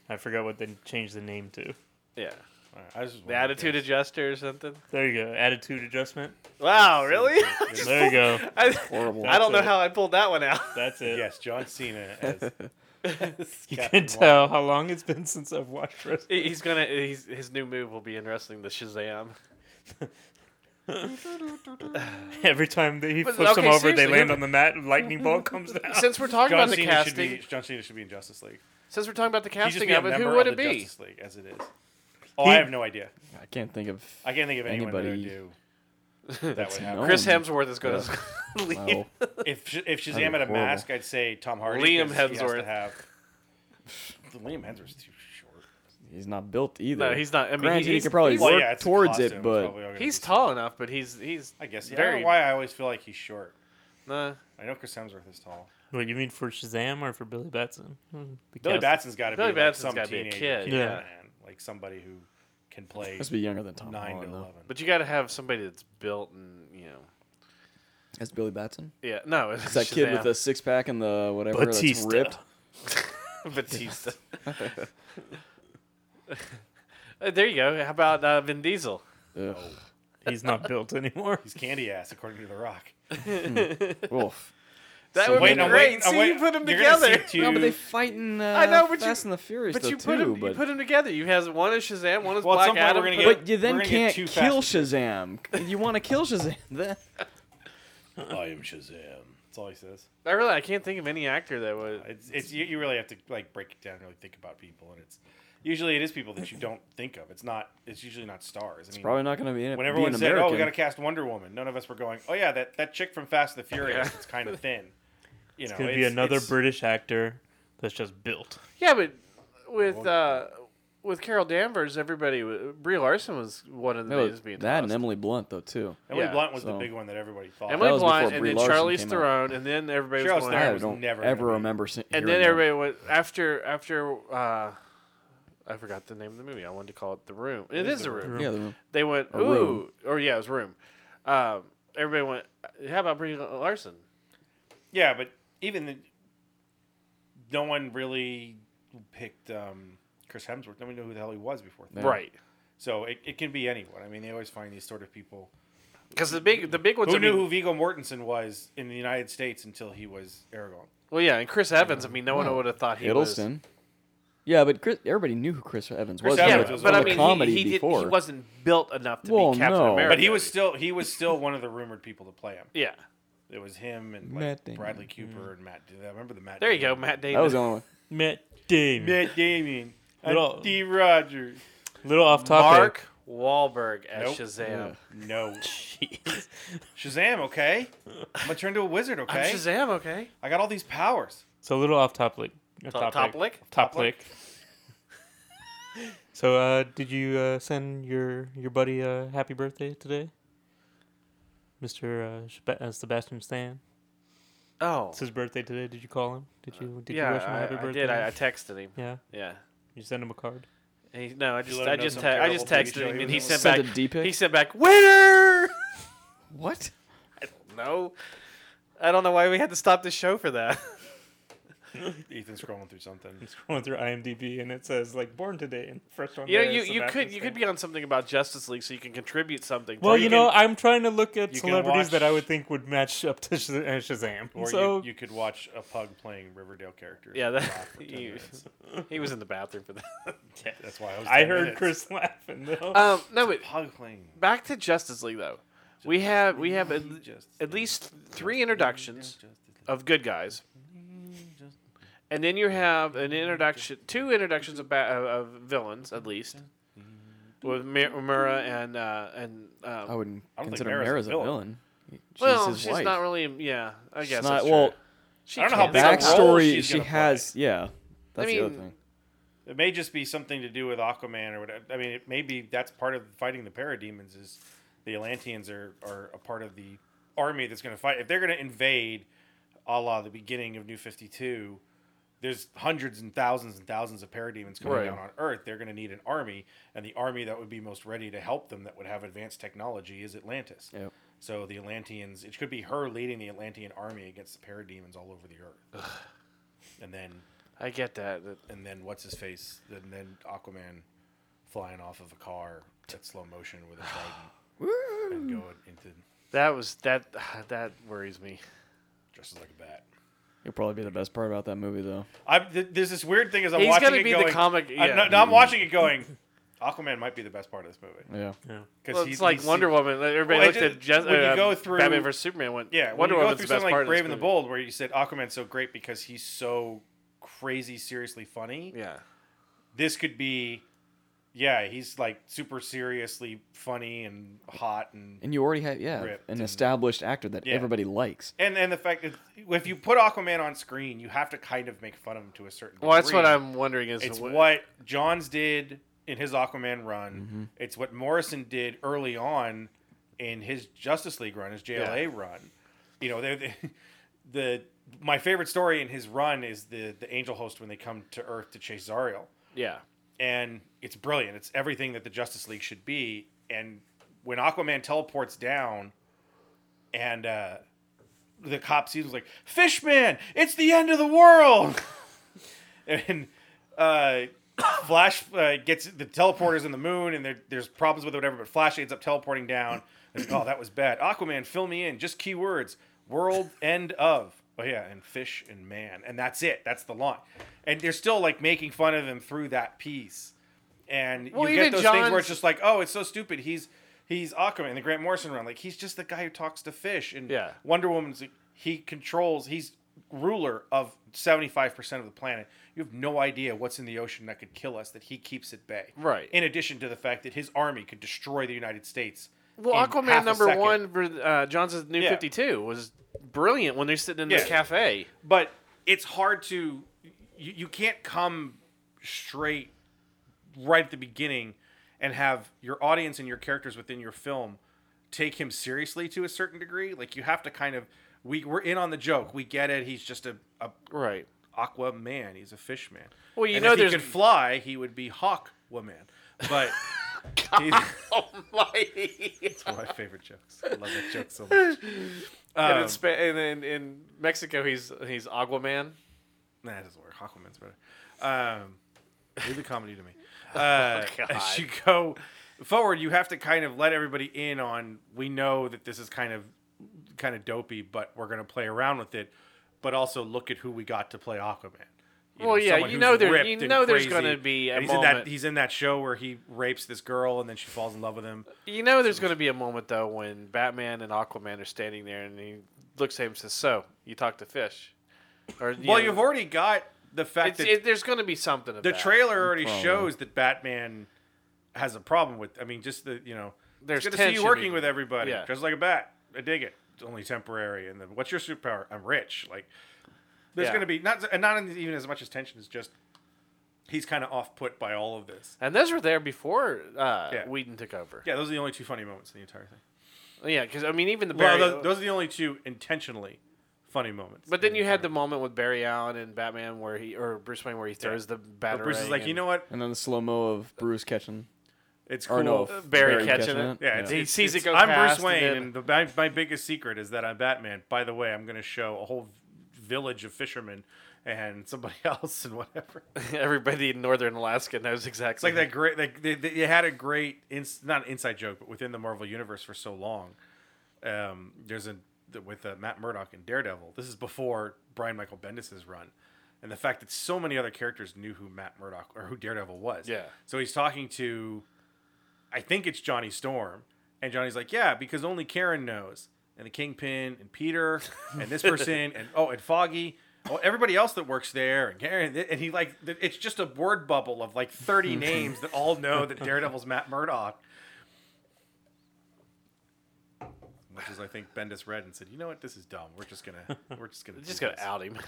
I forgot what they changed the name to. yeah. All right, I was just The attitude adjuster or something. There you go, attitude adjustment. Wow, really? There you go. I, Horrible. I don't know That's it. how I pulled that one out. That's it. Yes, John Cena as. as You Captain can tell how long it's been since I've watched wrestling. He- He's gonna. He's, his new move will be in wrestling the Shazam. Every time that he But, flips them okay, over, they seriously, land who- on the mat. and Lightning bolt comes down. Since we're talking John about the Cena should casting, be John Cena should be in Justice League. since we're talking about the He'd just casting be a of it, who member would of it the be? Justice League as it is. Oh, I He- have no idea. I can't think of. I can't think of anyone that would Anybody do that would have. known. Chris Hemsworth is going to Well, If Sh- if Shazam had a horrible. mask, I'd say Tom Hardy. Liam 'cause he has to Hemsworth. have. Liam Hemsworth's too short. he's not built either. No, he's not. I mean, Granted, he he's, could probably he's, work it's a towards costume, it, but probably all gonna he's be- tall enough, but he's he's I guess. Yeah, I don't very know why I always feel like he's short. nah. I know Chris Hemsworth is tall. Wait, you mean for Shazam or for Billy Batson? Hmm, the Billy cast- Batson's got to be Billy like Batson's some gotta be a teenager, kid, you know, yeah. man. like somebody who can play must be younger than Tom nine to Holland. though. eleven. But you got to have somebody that's built and you know. That's Billy Batson. Yeah, no, it's It's that kid with Shazam. the six pack and the whatever Batista. that's ripped. Batista. Uh, there you go. How about uh, Vin Diesel? Ugh. He's not built anymore. he's candy ass, according to The Rock. Oof. That So would be wait, no, great. wait, no, See, wait. you put them You're gonna see together. two- No, but they fight in uh, I know, but you- Fast and the Furious But though you put too. them. but You put them together. You has one is Shazam, one is Well, Black at some point Adam. we're gonna put- get- But you then We're gonna get can't two kill Fast- Shazam. You want to kill Shazam? Then I am Shazam. That's all he says. I really I can't think of any actor that would. It's, it's you, you really have to like break it down, really think about people, and it's usually it is people that you don't think of. It's not. It's usually not stars. I mean, probably not going to be in when be everyone an said, "Oh, we got to American. cast Wonder Woman," none of us were going, "Oh yeah, that, that chick from Fast and the Furious." It's kind of thin. You It's know, gonna be another it's- British actor that's just built. Yeah, but with uh, with Carol Danvers, everybody w- Brie Larson was one of the No, names being that and tossed. Emily Blunt though too. Emily yeah, Blunt was the so- big one that everybody thought. Emily That was Blunt, before and Brie then Larson Charlize came out. Theron, and then everybody Charlize was going. Theron I was don't never ever gonna be- remember. se- and hearing then that. everybody went after after uh, I forgot the name of the movie. I wanted to call it The Room. it is, The room. Yeah, the- They went ooh, Room. or yeah, it was Room. Um, everybody went. How about Brie Larson? Yeah, but even the, no one really picked um, Chris Hemsworth. Nobody knew who the hell he was before. Yeah. Right. So it, it can be anyone. I mean, they always find these sort of people. Because the big the big ones. Who I knew mean- who Vigo Mortensen was in the United States until he was Aragorn? Well, yeah, and Chris Evans. I mean, no one Wow. would have thought he was. Hiddleston. Yeah, but Chris, everybody knew who Chris Evans Chris was. Evans Yeah, was but, one I of the mean, comedy he, he, did, before. he wasn't built enough to Well, be Captain no. America. But he was still he was still one of the rumored people to play him. Yeah. It was him and like, Matt Damon. Bradley Cooper and Matt. I remember the Matt. There you go, Damon. Matt Damon. That was the only one. Matt Damon. Matt Damon. Good And old- D. Rogers. Little off topic. Mark Wahlberg as Nope. Shazam. No. Shazam, okay? I'm going to turn to a wizard, I'm okay? Shazam, okay. I got all these powers. So a little off topic. Top, top lick. Toplic. so, uh, did you uh, send your your buddy a happy birthday today, Mister uh, Sheba- uh, Sebastian Stan? Oh, It's his birthday today. Did you call him? Did you did you yeah. wish him a happy I, I birthday? did. I, I texted him. yeah, Yeah. you send him a card. And He, no, I you just let him I know just some te- I terrible just TV texted show him he and was he on? sent Sent back a D pic? he sent back winner. What? no, I don't know why we had to stop this show for that. Ethan's scrolling through something. Going through IMDb and it says like born today and first one. You know, there you, is you could Sebastian you could Stan. be on something about Justice League so you can contribute something. to Well, it. you can- know, I'm trying to look at you can celebrities that I watch- would think would match up to Shaz- uh, Shazam. Or so you, you could watch a pug playing Riverdale characters. yeah, and laugh that, for 10 you, minutes. he was in the bathroom for that. That's why I was. I 10 heard minutes. Chris laughing though. Um, no, but Pug playing. back to Justice League though. We have we have at, at least three introductions of good guys, and then you have an introduction, two introductions of ba- of, of villains at least, with Mir- Mura and uh, and I um, wouldn't don't think consider Mara's a Mara's a villain. villain. She's well, Oh, his she's wife. not really yeah. I She's guess not- that's well, true. She I don't know can't. how big a role backstory. she's She gonna play. has. Yeah, that's the other mean- thing. It may just be something to do with Aquaman or whatever. I mean, it may be that's part of fighting the parademons is the Atlanteans are, are a part of the army that's going to fight. If they're going to invade, a la the beginning of New 52, there's hundreds and thousands and thousands of parademons coming Right. down on Earth. They're going to need an army, and the army that would be most ready to help them that would have advanced technology is Atlantis. Yep. So the Atlanteans, it could be her leading the Atlantean army against the parademons all over the Earth. and then I get that. that- and then what's his face, and then Aquaman flying off of a car at slow motion with a trident and going into That was that that worries me. dresses like a bat. It'll probably be the best part about that movie, though. I'm, th- there's this weird thing as I'm He's watching gonna it be the going. comic- I'm, yeah. no, no, I'm watching it going. Aquaman might be the best part of this movie Yeah. because Well, it's like Wonder Woman. Like, Everybody Well, it looked at did- Jess, when you uh, go through- Batman vs Superman. Went, Yeah, when Wonder you go Woman's through the best something part like of this Brave and the movie. Bold, where you said Aquaman's so great because he's so crazy, seriously funny. Yeah, This could be, yeah, he's like super seriously funny and hot and And you already have yeah Ripped an and- established actor that Yeah. everybody likes. And and the fact that if you put Aquaman on screen, you have to kind of make fun of him to a certain. well, that's what degree. I'm wondering. Is It's what, what Johns did in his Aquaman run. Mm-hmm. It's what Morrison did early on in his Justice League run, his JLA run. You know, they're, they the my favorite story in his run is the the Angel Host when they come to Earth to chase Zariel Yeah, and it's brilliant. It's everything that the Justice League should be. And when Aquaman teleports down, and uh, the cop sees him like Fishman, it's the end of the world, and uh, Flash uh, gets the teleporters in the moon, and there, there's problems with it, whatever. But Flash ends up teleporting down. And, oh, that was bad. Aquaman, fill me in. Just keywords: world end of. Oh yeah, and fish and man, and that's it. That's the line. And they're still like making fun of him through that piece. And Well, you get even those things where John's- it's just like, oh, it's so stupid. He's he's Aquaman, the Grant Morrison run. Like he's just the guy who talks to fish. And Yeah. Wonder Woman's he controls. He's ruler of seventy five percent of the planet. You have no idea what's in the ocean that could kill us that he keeps at bay. Right. In addition to the fact that his army could destroy the United States. Well, in half Aquaman a number second. one for uh, Johnson's New Yeah. 52 was brilliant when they're sitting in Yeah. the cafe. but it's hard to you, you can't come straight right at the beginning and have your audience and your characters within your film take him seriously to a certain degree like you have to kind of we, we're in on the joke we get it he's just a, a Right. aqua man he's a fish man Well, you And know if he there's- could fly he would be hawk woman but he's Oh Almighty. one of my favorite jokes i love that joke so much and, Um, in Spa- and in, in Mexico, he's he's Aquaman. Nah, it doesn't work. Aquaman's better. Um, leave the comedy to me. Uh, Oh, God. as you go forward, you have to kind of let everybody in on. We know that this is kind of kind of dopey, but we're going to play around with it. But also look at who we got to play Aquaman. You Well, yeah, someone you who's know there- ripped you and know there's crazy. gonna be a And he's in that moment. he's in that show where he rapes this girl and then she falls in love with him. You know, there's going to be a moment though when Batman and Aquaman are standing there, and he looks at him and says, "So you talk to fish?" Or you Well, know, you've already got the fact It's, that it, there's going to be something. Of the that. trailer already Probably. shows that Batman has a problem with. I mean, just the you know, There's it's good to see you tension working even. with everybody, Yeah. just like a bat. I dig it. It's only temporary. And then, what's your superpower? I'm rich. Like, there's Yeah. going to be not and not even as much as tension as just he's kind of off put by all of this. And those were there before uh, Yeah. Whedon took over. Yeah, those are the only two funny moments in the entire thing. Yeah, because I mean, even the Barry. Well, those, those are the only two intentionally funny moments. but then in you had entire- the moment with Barry Allen and Batman where he or Bruce Wayne where he throws the But batter. Bruce is like, you know what? And then the slow mo of Bruce catching. It's cool. Or no, Uh, Barry catching it. Yeah, it's, He it's- sees it it's- go I'm past Bruce Wayne, and then- and, the, my, my biggest secret is that I'm Batman. By the way, I'm going to show a whole village of fishermen and somebody else and whatever. It's Everybody in northern Alaska knows exactly. like that great. Like they, they, you had a great, ins, not an inside joke, but within the Marvel universe for so long. Um, there's a with uh, Matt Murdock and Daredevil. This is before Brian Michael Bendis's run, and the fact that so many other characters knew who Matt Murdock or who Daredevil was. Yeah. So he's talking to I think it's Johnny Storm. And Johnny's like, yeah, because only Karen knows. And the Kingpin and Peter and this person and oh and Foggy, oh everybody else that works there and Karen and he like th- it's just a word bubble of like thirty names that all know that Daredevil's Matt Murdock, which is I think Bendis read and said, you know what, this is dumb. We're just gonna we're just gonna just do gonna this." out him.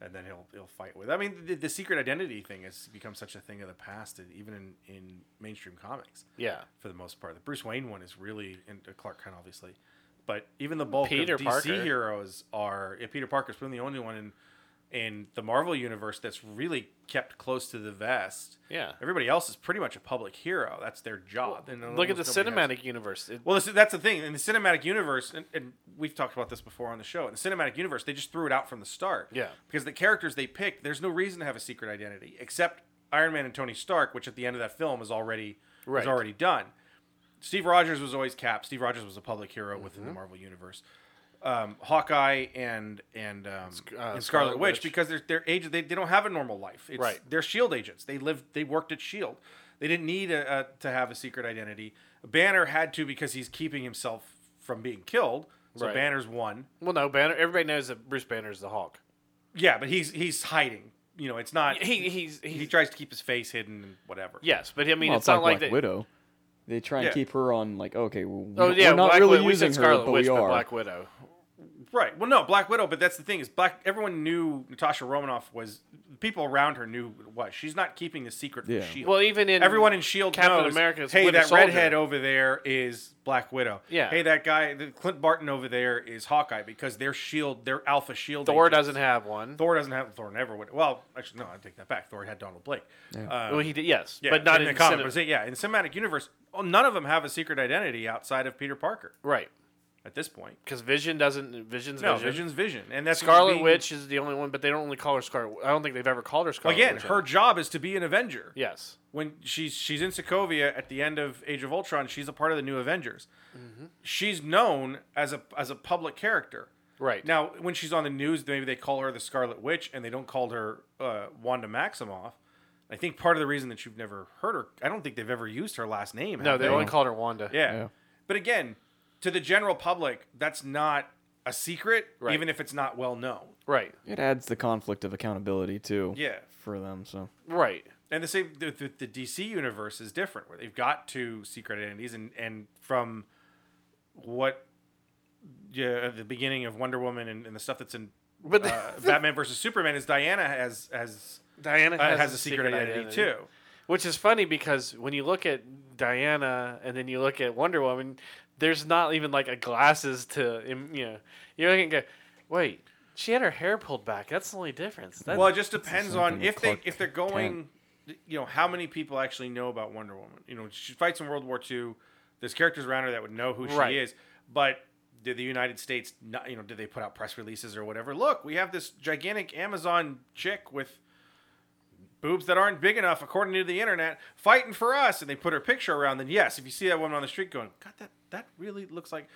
and then he'll he'll fight with. I mean, the, the secret identity thing has become such a thing of the past, and even in in mainstream comics yeah. for the most part. The Bruce Wayne one is really and uh, Clark Kent, obviously, but even the bulk Peter of DC Parker. heroes are yeah, Peter Parker's probably the only one in in the Marvel universe that's really kept close to the vest. Yeah. Everybody else is pretty much a public hero. That's their job. and Look at the almost nobody has- cinematic universe. It- well, this, that's the thing. In the cinematic universe, and, and we've talked about this before on the show, in the cinematic universe, they just threw it out from the start. Yeah. Because the characters they picked, there's no reason to have a secret identity except Iron Man and Tony Stark, which at the end of that film is already Right. is already done. Steve Rogers was always Cap. Steve Rogers was a public hero within Mm-hmm. the Marvel universe. Um, Hawkeye and and, um, and Scarlet, Scarlet Witch, Witch. because they're they're aged, they, they don't have a normal life. It's, Right. They're Shield agents. They lived. They worked at Shield. E They didn't need a, a, to have a secret identity. Banner had to because he's keeping himself from being killed. So Right. Banner's one. Well, no, Banner. Everybody knows that Bruce Banner is the Hulk. Yeah, but he's he's hiding. You know, it's not. He he's he. he tries to keep his face hidden and whatever. yes, but I mean, Well, it's not like Black that. Widow. They try and Yeah. keep her on like okay, well, Oh yeah, we're not Black really Widow, we using said her, Scarlet but Witch, we but are. Black Widow. Right. Well, no, Black Widow. But that's the thing is Black. Everyone knew Natasha Romanoff was. People around her knew what she's not keeping the secret from Yeah. Shield. Well, even in Everyone in Shield Captain E knows. America is hey, Winter that Soldier. redhead over there is Black Widow. Yeah. Hey, that guy, the Clint Barton over there is Hawkeye because their Shield, their Alpha Shield. Thor agents. doesn't have one. E Thor doesn't have Thor never would. Well, actually, no, I take that back. Thor had Donald Blake. Um, well, he did. Yes, yeah, but not in, the the comic. cinema. but yeah, in the cinematic universe, well, none of them have a secret identity outside of Peter Parker Right, at this point. because Vision doesn't. Vision's No, Vision. Vision's Vision, and that's Scarlet being- Witch is the only one, but they don't only call her Scarlet. I don't think they've ever called her Scarlet. Again, Witch. her job is to be an Avenger. Yes. when she's she's in Sokovia at the end of Age of Ultron, she's a part of the New Avengers. Mm-hmm. She's known as a as a public character. Right. Now, when she's on the news, maybe they call her the Scarlet Witch, and they don't call her uh, Wanda Maximoff. I think part of the reason that you've never heard her, I don't think they've ever used her last name. no, have they they only called her Wanda. yeah. Yeah. But again, to the general public, that's not a secret, Right. even if it's not well known. Right. It adds the conflict of accountability too. Yeah. For them, so Right. and the same the, the, the DC universe is different where they've got two secret identities and and from what yeah at the beginning of Wonder Woman and, and the stuff that's in But uh, Batman versus Superman is Diana has has Diana uh, has, a secret, identity, too Which is funny because when you look at Diana and then you look at Wonder Woman, there's not even like a glasses to im- you know. You look and go, wait, she had her hair pulled back. That's the only difference. That, well it just depends same on thing with if they Clark if they're going you know how many people actually know about Wonder Woman you know she fights in World War II there's characters around her that would know who Right. she is but did the United States not you know did they put out press releases or whatever look we have this gigantic Amazon chick with boobs that aren't big enough according to the internet fighting for us and they put her picture around then yes if you see that woman on the street going god that that really looks like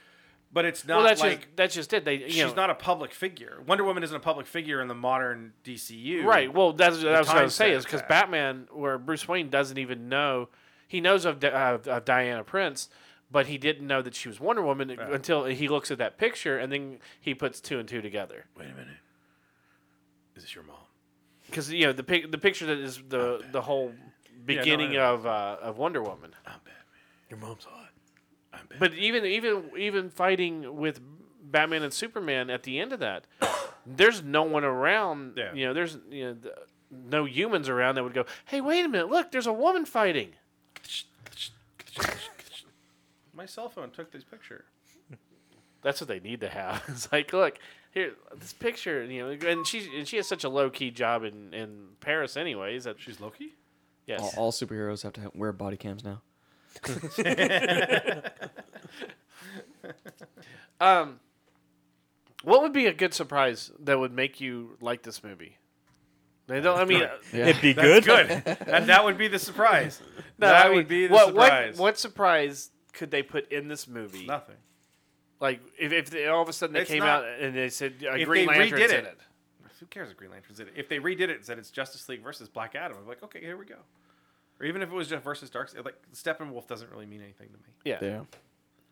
but it's not well, that's like just that's just it. They you she's know, not a public figure. Wonder Woman isn't a public figure in the modern DCU. Right. Well, that's, that's what I time was saying is says because that. Batman, where Bruce Wayne doesn't even know, he knows of, Di- of, of Diana Prince, but he didn't know that she was Wonder Woman until he looks at that picture and then he puts two and two together. Wait a minute. Is this your mom? Because you know the pic- the picture that is the the whole beginning know. of uh, of Wonder Woman. I'm Batman. Your mom's hot. But even even even fighting with Batman and Superman at the end of that, there's no one around. Yeah. You know, there's you know, th- no humans around that would go, "Hey, wait a minute! Look, there's a woman fighting." My cell phone took this picture. That's what they need to have. It's like, look, here, this picture, you know, and she and she has such a low key job in, in Paris, anyways. That She's Loki. yes, all, all superheroes have to ha- wear body cams now. Um, what would be a good surprise that would make you like this movie? They don't. I mean, uh, Yeah. It'd be That's good. good. and that would be the surprise. no, that I mean, would be the what, surprise. What, what surprise could they put in this movie? Nothing. Like, if, if they, all of a sudden they It's came not- out and they said uh, If Green they Lantern's redid in it. it, Who cares if Green Lantern's in it? If they redid it and said it's Justice League versus Black Adam, I'm like, okay, here we go. Or even if it was just versus Dark, like Steppenwolf doesn't really mean anything to me. yeah. Yeah,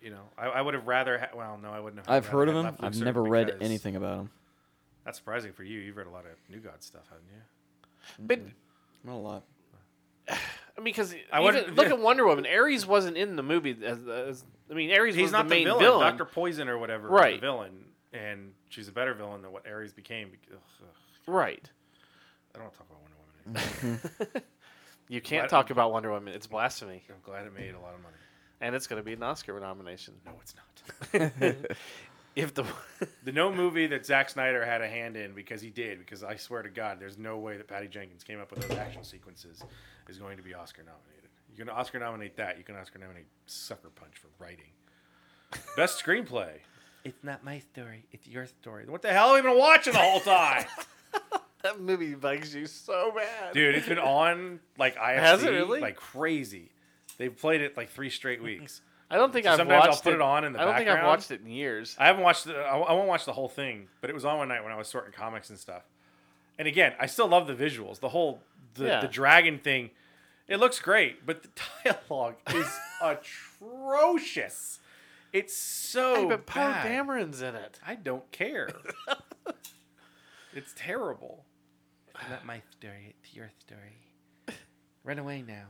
You know, I, I would have rather. Ha- well, no, I wouldn't have. I've rather heard of had him. Lex I've Luthor never read because- anything about him. That's surprising for you. You've read a lot of New God stuff, haven't you? But Not a lot. I mean, because wouldn't- look at Wonder Woman. Ares wasn't in the movie. As, as, I mean, Ares He's was the not the, main villain. villain. Doctor Poison or whatever, was Right. The villain, and she's a better villain than what Ares became. bec- Ugh, ugh. Right. I don't want to talk about Wonder Woman. anymore. You can't What? talk about Wonder Woman. It's blasphemy, I'm glad it made a lot of money. and it's going to be an Oscar nomination. No, it's not. If the The no movie that Zack Snyder had a hand in because he did. Because I swear to God, there's no way that Patty Jenkins came up with those action sequences is going to be Oscar nominated. You can Oscar nominate that. You can Oscar nominate Sucker Punch for writing. Best screenplay. It's not my story. It's your story. What the hell have we been watching the whole time? that movie bugs you so bad, Dude, it's been on like IFC Has it really? like crazy. They've played it like three straight weeks. I don't think So I've sometimes I'll watched put it on in the I don't think I've background. watched it in years. I haven't watched. The, I, I won't watch the whole thing, but it was on one night when I was sorting comics and stuff. And again, I still love the visuals. The whole the, Yeah. the dragon thing. It looks great, but the dialogue is atrocious. It's so Hey, but Poe bad. Dameron's in it. I don't care. it's terrible. Not my story. It's your story. Run away now.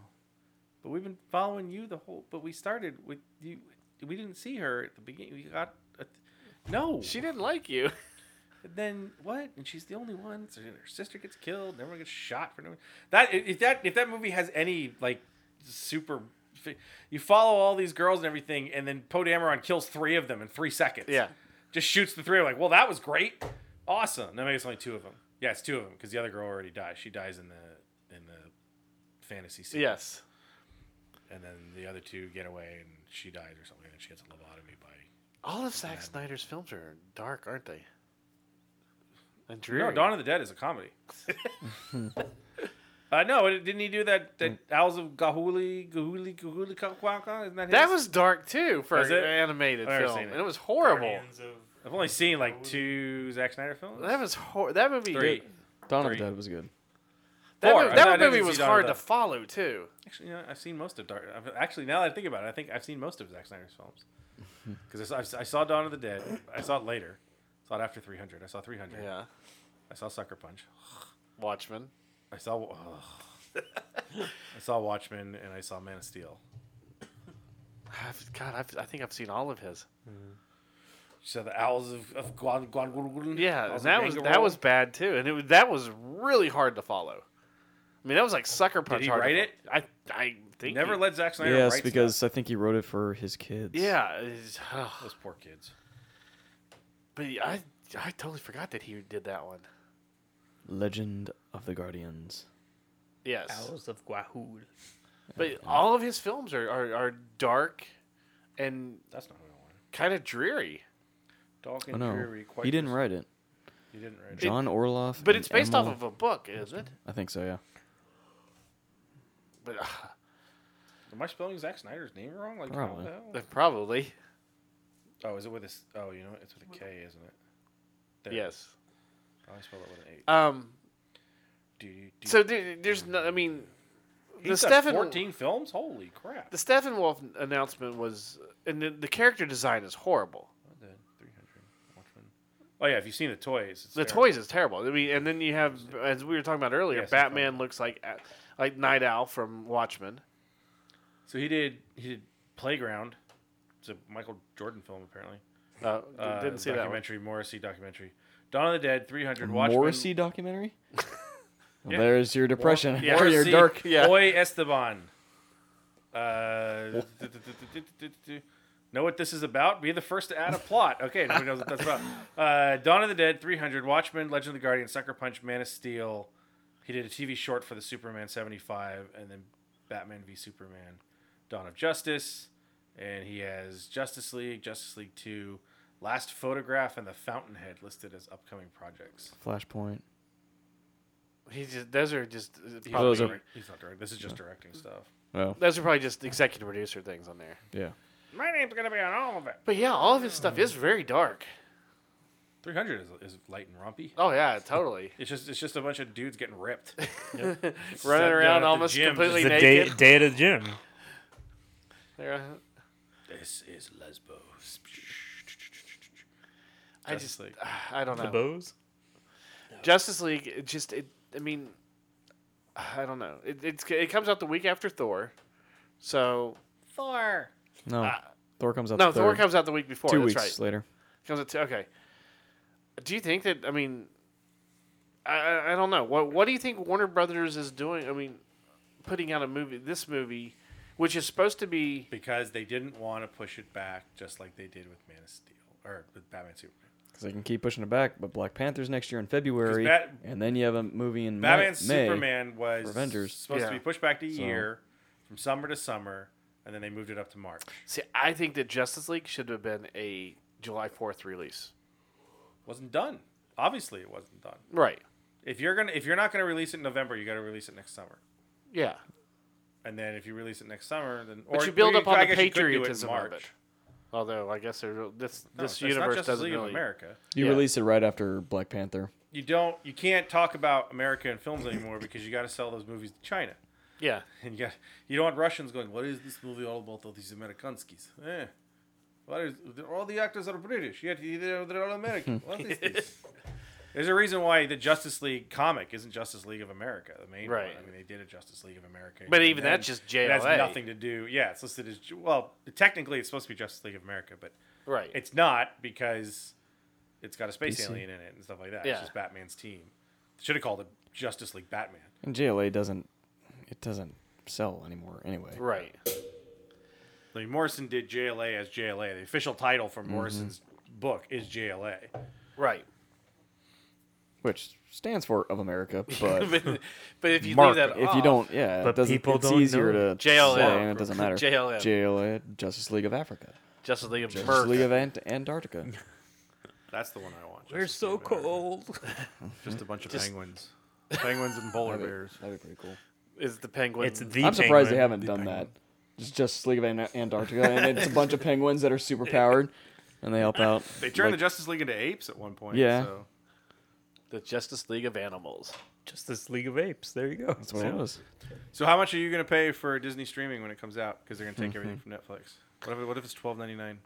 But we've been following you the whole. But we started with you. We didn't see her at the beginning. We got. A, no. She didn't like you. And then what? And she's the only one. So her sister gets killed. And everyone gets shot for no. That if that if that movie has any like super, fi- you follow all these girls and everything, and then Poe Dameron kills three of them in three seconds. Yeah. just shoots the three. Like, well, that was great, awesome. No, maybe it's only two of them. Yeah, it's two of them because the other girl already dies. She dies in the in the fantasy scene. Yes. and then the other two get away, and she dies or something, and she gets a lobotomy by. All of Zack Snyder's films are dark, aren't they? And dreary. No, Dawn of the Dead is a comedy. uh, no, it- didn't he do that? Hmm. That Owls of Gahuli, Gahuli, Gahuli, Ka- Ka- Ka- Isn't that his? that was dark too for Was an it? animated I've never film, seen it. and it was horrible. Guardians of- I've only seen like two Zack Snyder films. That was hor- that movie. Three. Dawn of Three. the Dead was good. That, Four. mo- I- that I didn't movie see was Dawn of hard the- to follow too. Actually, you know, I've seen most of Dark. I've, actually, now that I think about it, I think I've seen most of Zack Snyder's films. Because I, saw- I saw Dawn of the Dead. I saw it later. saw it after 300. I saw 300. Yeah, I saw Sucker Punch. Watchmen. I saw. ugh. I saw Watchmen and I saw Man of Steel. I've, God, I've, I think I've seen all of his. So the Owls of, of Guan, Guan, Guan, Guan, Yeah, and Owls of that was that Gangaroo. was bad too, and it was, that was really hard to follow. I mean, that was like sucker punch. he hard to write fo- I I think Never he- let Zack Snyder yes, write because I think he wrote it for his kids. Yeah, it's- stuff. those poor kids. but I I totally forgot that he did that one. Legend of the Guardians. Yes, Owls of Guahul. but all of his films are are, are dark and That's not who I kind of dreary. want. Talking Oh no, he didn't write it. He didn't write. it. John Orloff. But and it's based Emil- off of a book, isn't it? I think so. Yeah. But uh, Am I spelling Zack Snyder's name wrong? Like, how Probably. the hell? probably Oh, is it with a? s- Oh, you know what? It's with a K, isn't it? There. yes. Oh, I spelled it with an eight. Um. Do, do, do. So there, there's no. I mean, He's the done Stephen 14 films. Holy crap! the Steppenwolf announcement was, and the, the character design is horrible. What the- 300 Watchmen. Oh yeah, if you've seen the toys, it's The terrible. toys is terrible. I mean, and then you have, as we were talking about earlier, Yes, it's Batman looks like a- like Night Owl from Watchmen. So he did. He did Playground. It's a Michael Jordan film, apparently. Uh, Uh, didn't see that one. documentary, Morrissey documentary. Dawn of the Dead, 300. Watchmen. Morrissey documentary. Well, Yeah. There's your depression Yeah. or your Morrissey, dark. yeah. Boy Esteban. Uh, know what this is about? Be the first to add a plot. Okay, nobody knows what that's about. Uh, Dawn of the Dead, 300, Watchmen, Legend of the Guardian, Sucker Punch, Man of Steel. He did a TV short for the Superman 75, and then Batman v Superman, Dawn of Justice. And he has Justice League, Justice League 2, Last Photograph, and The Fountainhead listed as upcoming projects. Flashpoint. He just those are just uh, He's probably, not, Those are- direct- he's not directing. This is just directing stuff. Oh those are probably just executive producer things on there. yeah. My name's going to be on all of it. But yeah, all of his stuff is very dark. 300 is, is light and rompy. Oh yeah, totally. It's just it's just a bunch of dudes getting ripped. Running down at around the almost gym, completely The day, naked. day at the gym. They're- this is Lesbos. I Justice just, League. I don't The know. bows. Justice League, it just, it, I mean, I don't know. It, it's, it comes out the week after Thor. So, Thor. No. Thor comes out. Uh, no, the Thor third, comes out the week before. two that's weeks right. later. Comes out, two, okay. Do you think that, I mean, I, I, I don't know. What, what do you think Warner Brothers is doing? I mean, putting out a movie, this movie, which is supposed to be, Because they didn't want to push it back just like they did with Man of Steel or with Batman Superman. Because they can keep pushing it back, but Black Panther's next year in February, Bat- and then you have a movie in Batman May. May. Superman was Avengers. supposed to Yeah. be pushed back a So- year from summer to summer and then they moved it up to March. see, I think that Justice League should have been a July 4th release. Wasn't done. Obviously it wasn't done. Right. If you're going to if you're not going to release it in November, you got to release it next summer. Yeah. And then if you release it next summer, then But you build up on I the guess you could do it in patriotism of March. it. Although I guess there- this No, this so it's not universe Justice doesn't League of really. America. You Yeah. release it right after Black Panther. you don't you can't talk about America and films anymore because you got to sell those movies to China. Yeah. And yet, you don't want Russians going, what is this movie all about, all these Americanskis? Eh. What is, all the actors are British, yet they're, they're all American. What is this? There's a reason why the Justice League comic isn't Justice League of America, the main Right. one. I mean, they did a Justice League of America. But and even that's just It has JLA. nothing to do. Yeah, it's listed as, Ju- well, technically it's supposed to be Justice League of America, but Right. it's not because it's got a space DC. alien in it and stuff like that. Yeah. It's just Batman's team. Should have called it Justice League Batman. And JLA doesn't it doesn't sell anymore anyway. right. I mean, Morrison did JLA as JLA. The official title for Morrison's book is JLA. Right. Which stands for of America, but but, but if you leave mark, that oh, if off, you don't, yeah, it But doesn't, people it's don't easier know. to JLM. say, and it doesn't matter. JLM. JLA, Justice League of Africa, Justice League of Justice League America. of Ant- Antarctica. That's the one I want. We're Justice so League Batman. cold. Just a bunch of penguins. penguins and polar That'd be- bears. That'd be pretty cool. Is the penguin? It's the. I'm surprised they penguin. haven't done that. It's Justice League of An- Antarctica, and it's a bunch of penguins that are super powered, and they help out. They turned like, the Justice League into apes at one point. Yeah. So. the Justice League of Animals. Justice League of Apes. There you go. That's what it was. so how much are you going to pay for Disney streaming when it comes out? Because they're going to take everything from Netflix. What if, what if it's twelve ninety nine?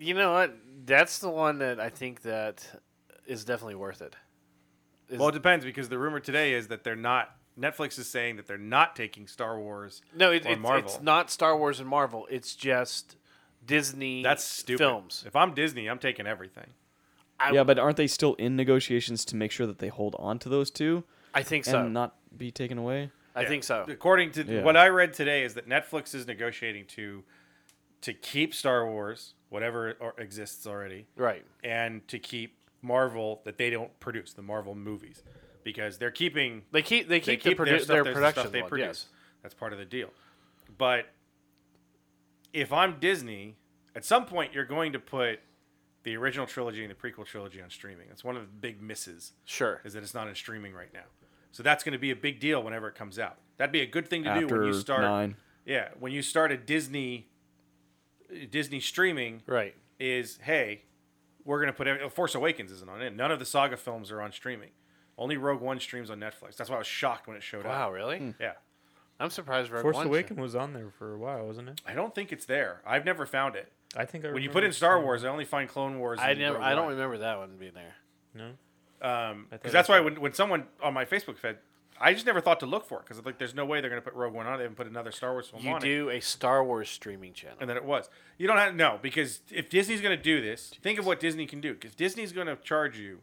You know what? That's the one that I think that is definitely worth it. Is- Well, it depends because the rumor today is that they're not. Netflix is saying that they're not taking Star Wars. no, it, or it's, Marvel. it's not Star Wars and Marvel. It's just Disney. That's stupid. Films. If I'm Disney, I'm taking everything. I, Yeah, but aren't they still in negotiations to make sure that they hold on to those two I think and so. not be taken away? I think so. According to Yeah. what I read today, is that Netflix is negotiating to to keep Star Wars, whatever or exists already, Right. and to keep Marvel that they don't produce the Marvel movies because they're keeping They keep they they keep, keep the produ- their, their, stuff, there's the production. stuff they one, produce. yes. That's part of the deal. But if I'm Disney, at some point you're going to put the original trilogy and the prequel trilogy on streaming. That's one of the big misses Sure. is that it's not in streaming right now. So that's going to be a big deal whenever it comes out. That'd be a good thing to do when you After start. nine. Yeah, when you start a Disney Disney streaming Right. is hey, we're going to put every, oh, Force Awakens isn't on it. None of the saga films are on streaming. Only Rogue One streams on Netflix. That's why I was shocked when it showed up. Wow. Really? Yeah. I'm surprised. Rogue Force One- Awakens was on there for a while, wasn't it? I don't think it's there. I've never found it. I think I. When you remember put in it. Star Wars, I only find Clone Wars. I and never. Rogue I don't One. remember that one being there. No. Um, I thought because that's it was- why when, when someone on my Facebook feed, I just never thought to look for it because like there's no way they're going to put Rogue One on. it. They haven't put another Star Wars film You on it. do a Star Wars streaming channel. and then it was. You don't have no because if Disney's going to do this, think of what Disney can do. Because Disney's going to charge you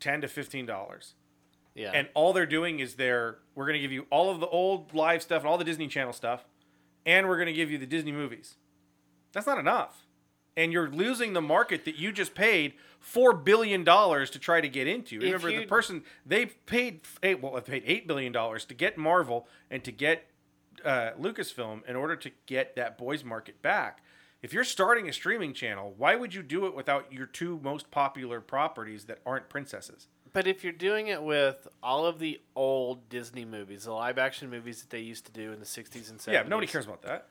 ten to fifteen dollars, Yeah. and all they're doing is they're we're going to give you all of the old live stuff and all the Disney Channel stuff, and we're going to give you the Disney movies. That's not enough, and you're losing the market that you just paid four billion dollars to try to get into. Remember the you- person they paid eight well, they paid eight billion dollars to get Marvel and to get uh, Lucasfilm in order to get that boys market back. If you're starting a streaming channel, why would you do it without your two most popular properties that aren't princesses? But if you're doing it with all of the old Disney movies, the live action movies that they used to do in the 60s and 70s. Yeah, nobody cares about that.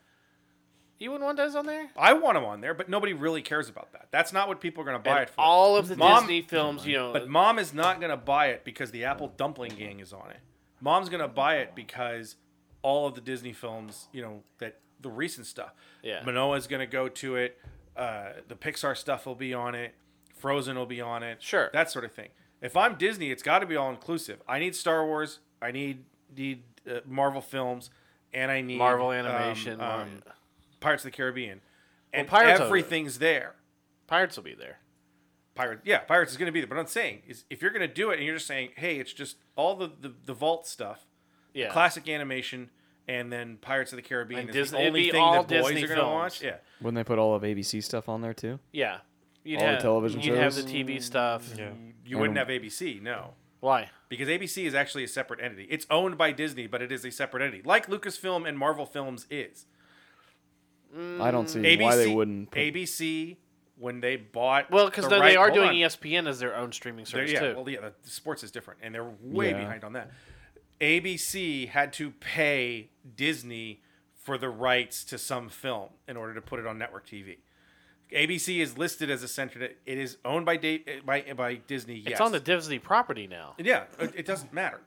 You wouldn't want those on there? I want them on there, but nobody really cares about that. That's not what people are going to buy And it for. all of the Mom- Disney films, you know. but mom is not going to buy it because the Apple Dumpling Gang is on it. Mom's going to buy it because all of the Disney films, you know, that the recent stuff. Yeah. Manoa's going to go to it. Uh, the Pixar stuff will be on it. Frozen will be on it. Sure. That sort of thing. If I'm Disney, it's got to be all inclusive. I need Star Wars. I need need uh, Marvel films, and I need Marvel um, animation. um, Marvel- Pirates of the Caribbean, and Pirates of- everything's there. Pirates will be there. Pirate, yeah, Pirates is going to be there. But I'm saying is if you're going to do it and you're just saying, hey, it's just all the the, the vault stuff, Yeah. classic animation, and then Pirates of the Caribbean And is Disney- the it'd only be thing all that boys Disney are going to films. watch. Yeah, Wouldn't they put all of ABC stuff on there too? Yeah. You'd All the have, television You'd have the shows? TV stuff. Yeah. you wouldn't have ABC, no, Why? because ABC is actually a separate entity. It's owned by Disney, but it is a separate entity, like Lucasfilm and Marvel Films is. I don't see ABC, why they wouldn't. Put, ABC when they bought Well, because the they, right- are hold doing E on. ESPN as their own streaming They're- service, yeah, too. well, yeah, the sports is different, and they're way Yeah. behind on that. ABC had to pay Disney for the rights to some film in order to put it on network TV. ABC is listed as a center. It is owned eh, by Da- by by Disney. Yes. It's on the Disney property now. Yeah, it, it doesn't matter.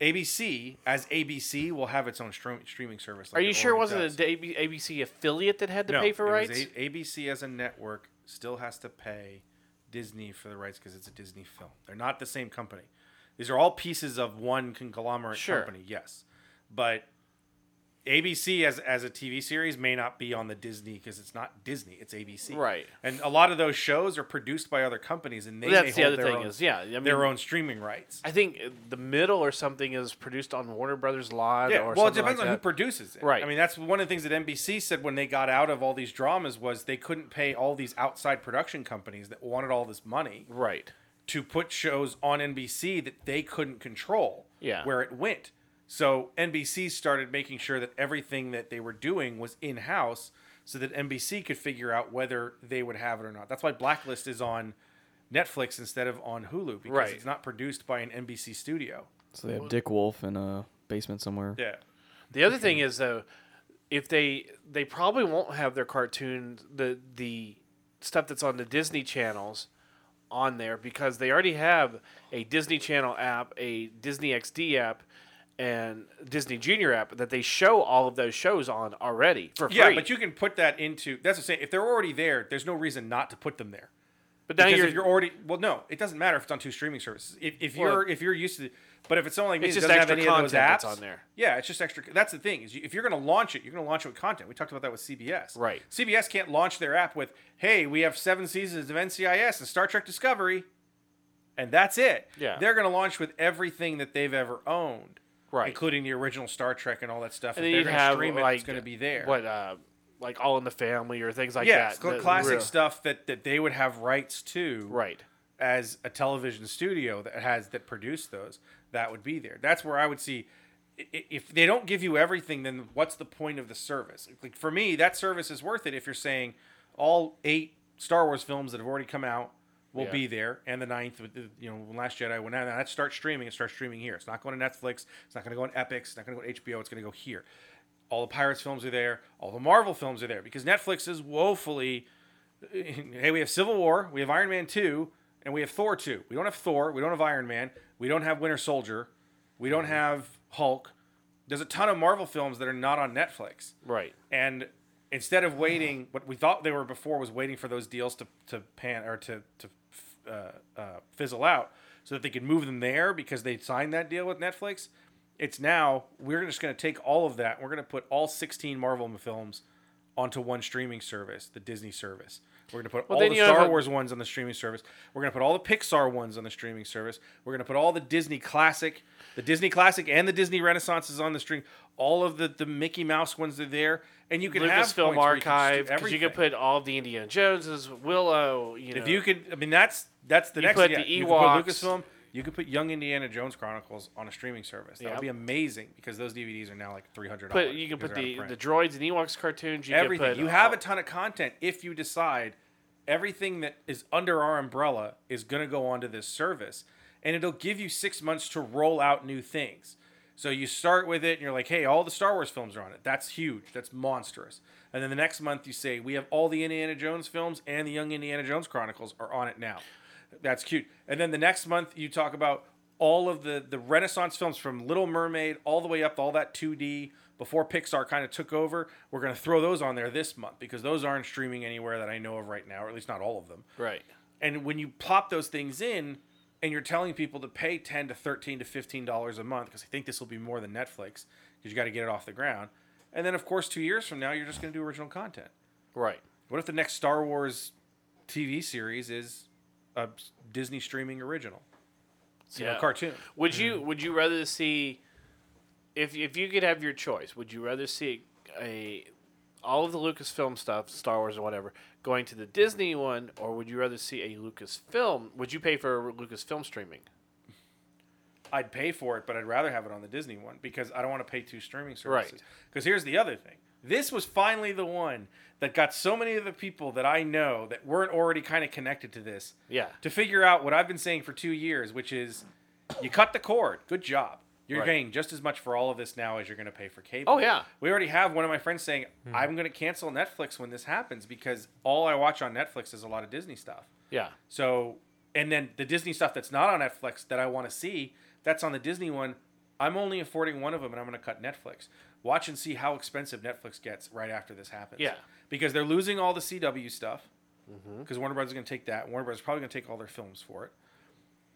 ABC, as ABC, will have its own stream, streaming service. Are like you it sure it already wasn't does. an ABC affiliate that had to No, pay for it was rights? A- ABC as a network still has to pay Disney for the rights because it's a Disney film. They're not the same company. These are all pieces of one conglomerate Sure. company. Yes, but ABC as as a TV series may not be on the Disney because it's not Disney. It's ABC. Right. And a lot of those shows are produced by other companies, and they may That's the hold other their thing own- is, yeah, I mean, their own streaming rights. I think uh, the middle or something is produced on Warner Brothers Live. Yeah, or well, it something depends like on who that. produces it. Right. I mean, that's one of the things that NBC said when they got out of all these dramas was they couldn't pay all these outside production companies that wanted all this money Right. to put shows on NBC that they couldn't control. Yeah. Where it went. So NBC started making sure that everything that they were doing was in house, so that NBC could figure out whether they would have it or not. That's why Blacklist is on Netflix instead of on Hulu because Right. it's not produced by an NBC studio. So they have Dick Wolf in a basement somewhere. Yeah. The other thing is though, if they they probably won't have their cartoon the the stuff that's on the Disney channels on there because they already have a Disney Channel app, a Disney XD app, and Disney Junior app that they show all of those shows on already for free. Yeah, but you can put that into. That's what I'm saying. If they're already there, there's no reason not to put them there. But now Because you're, if you're already well, no, it doesn't matter if it's on two streaming services. If, if Well- you're if you're used to, but if it's someone like me, It's that just doesn't have extra any of those content apps that's on there. Yeah, it's just extra. That's the thing is, you, if you're going to launch it, you're going to launch it with content. We talked about that with CBS. Right. CBS can't launch their app with, "Hey, we have seven seasons of NCIS and Star Trek Discovery," and that's it. Yeah. They're going to launch with everything that they've ever owned, Right. Including the original Star Trek and all that stuff. and If then they're you'd gonna have stream it, like it's going to be there What uh, like All in the Family or things like yeah, that. it's cl- the- classic real- stuff that, that they would have rights to Right. as a television studio that has that produced those that would be there that's where i would see i- i- if they don't give you everything then what's the point of the service like for me that service is worth it if you're saying all eight star wars films that have already come out will Yeah. be there and the ninth with the, you know when last jedi went out and that starts streaming it starts streaming here it's not going to netflix it's not going to go on epics it's not going to go on hbo it's going to go here all the pirates films are there all the marvel films are there because netflix is woefully hey, we have Civil War, we have Iron Man 2, and we have Thor 2. We don't have Thor, we don't have Iron Man, we don't have Winter Soldier, we don't have Hulk. There's a ton of Marvel films that are not on Netflix. Right. And instead of waiting, what we thought they were before was waiting for those deals to, to pan or to, to uh, uh, fizzle out so that they could move them there because they signed that deal with Netflix. It's now we're just going to take all of that. and We're going to put all 16 Marvel films onto one streaming service, the Disney service. We're going to put all then the you have Star a- Wars ones on the streaming service. We're going to put all the Pixar ones on the streaming service. We're going to put all the Disney classic, the Disney classic and the Disney Renaissances on the stream. All of the the Mickey Mouse ones are there, and you can have Lucasfilm points where you can archive stream because you could everything. put all the Indiana Joneses, Willow. You know, if you could. I mean, that's that's the You next. put yeah, the you could put Ewoks. Lucasfilm. You could put Young Indiana Jones Chronicles on a streaming service. That Yep. would be amazing because those DVDs are now like three hundred. put you can put the the droids and Ewoks cartoons. You everything. Could put, you have a ton of content if you decide everything that is under our umbrella is going to go onto this service, and it'll give you six months to roll out new things. So you start with it, and you're like, "Hey, all the Star Wars films are on it. That's huge. That's monstrous." And then the next month, you say, "We have all the Indiana Jones films and the Young Indiana Jones Chronicles are on it now." That's cute. And then the next month, you talk about all of the the Renaissance films from Little Mermaid all the way up to all that 2D before Pixar kind of took over. We're going to throw those on there this month because those aren't streaming anywhere that I know of right now, or at least not all of them. right. And when you plop those things in, and you're telling people to pay ten to thirteen to fifteen dollars a month because I think this will be more than Netflix because you got to get it off the ground. And then of course, two years from now, you're just going to do original content. Right. What if the next Star Wars TV series is a Disney streaming original? You know, Yeah. cartoon. Would you Mm-hmm. Would you rather see if if you could have your choice? Would you rather see a all of the Lucasfilm stuff, Star Wars or whatever, going to the Disney one, or would you rather see a Lucasfilm? Would you pay for Lucasfilm streaming? I'd pay for it, but I'd rather have it on the Disney one because I don't want to pay two streaming Right. services. Because here's the other thing. This was finally the one that got so many of the people that I know that weren't already kind of connected to this Yeah. to figure out what I've been saying for two years, which is you cut the cord. Good job. You're Right. paying just as much for all of this now as you're going to pay for cable. Oh, yeah. We already have one of my friends saying, I'm going to cancel Netflix when this happens because all I watch on Netflix is a lot of Disney stuff. Yeah. So, and then the Disney stuff that's not on Netflix that I want to see, that's on the Disney one. I'm only affording one of them, and I'm going to cut Netflix. Watch and see how expensive Netflix gets right after this happens. Yeah. because they're losing all the CW stuff. Because Warner Bros. is going to take that. Warner Bros. is probably going to take all their films for it.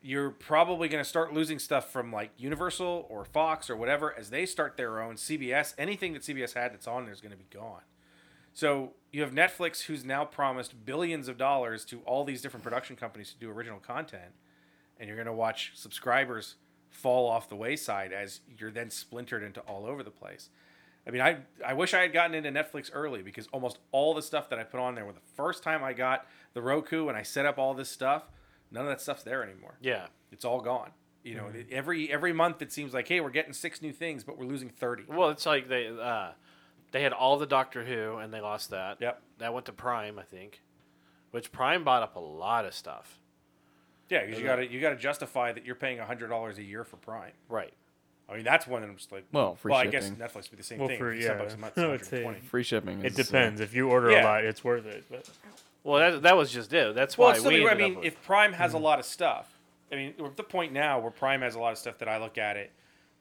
You're probably going to start losing stuff from like Universal or Fox or whatever as they start their own. CBS, anything that CBS had that's on there is going to be gone. So you have Netflix, who's now promised billions of dollars to all these different production companies to do original content, and you're going to watch subscribers fall off the wayside as you're then splintered into all over the place. I mean, I I wish I had gotten into Netflix early because almost all the stuff that I put on there, when the first time I got the Roku and I set up all this stuff, none of that stuff's there anymore Yeah. Mm-hmm. it's all gone. You know, every every month it seems like, hey, we're getting six new things, but we're losing thirty. Well, it's like they uh, they had all the Doctor Who and they lost that. Yep. That went to Prime, I think, which Prime bought up a lot of stuff. Yeah, because you uh, got to you got to justify that you're paying hundred dollars a year for Prime. Right. I mean, that's one that I'm just like, Well, free well, shipping. I guess Netflix would be the same Well, thing. for- For, yeah, bucks a month, I would say- 120. Free shipping. It is, uh, depends. If you order a Yeah. lot, it's worth it. But Well, that, that was just it. That's Well, why it's still, we. I ended mean, up with- if Prime has Mm-hmm. a lot of stuff, I mean, we're at the point now where Prime has a lot of stuff that I look at it,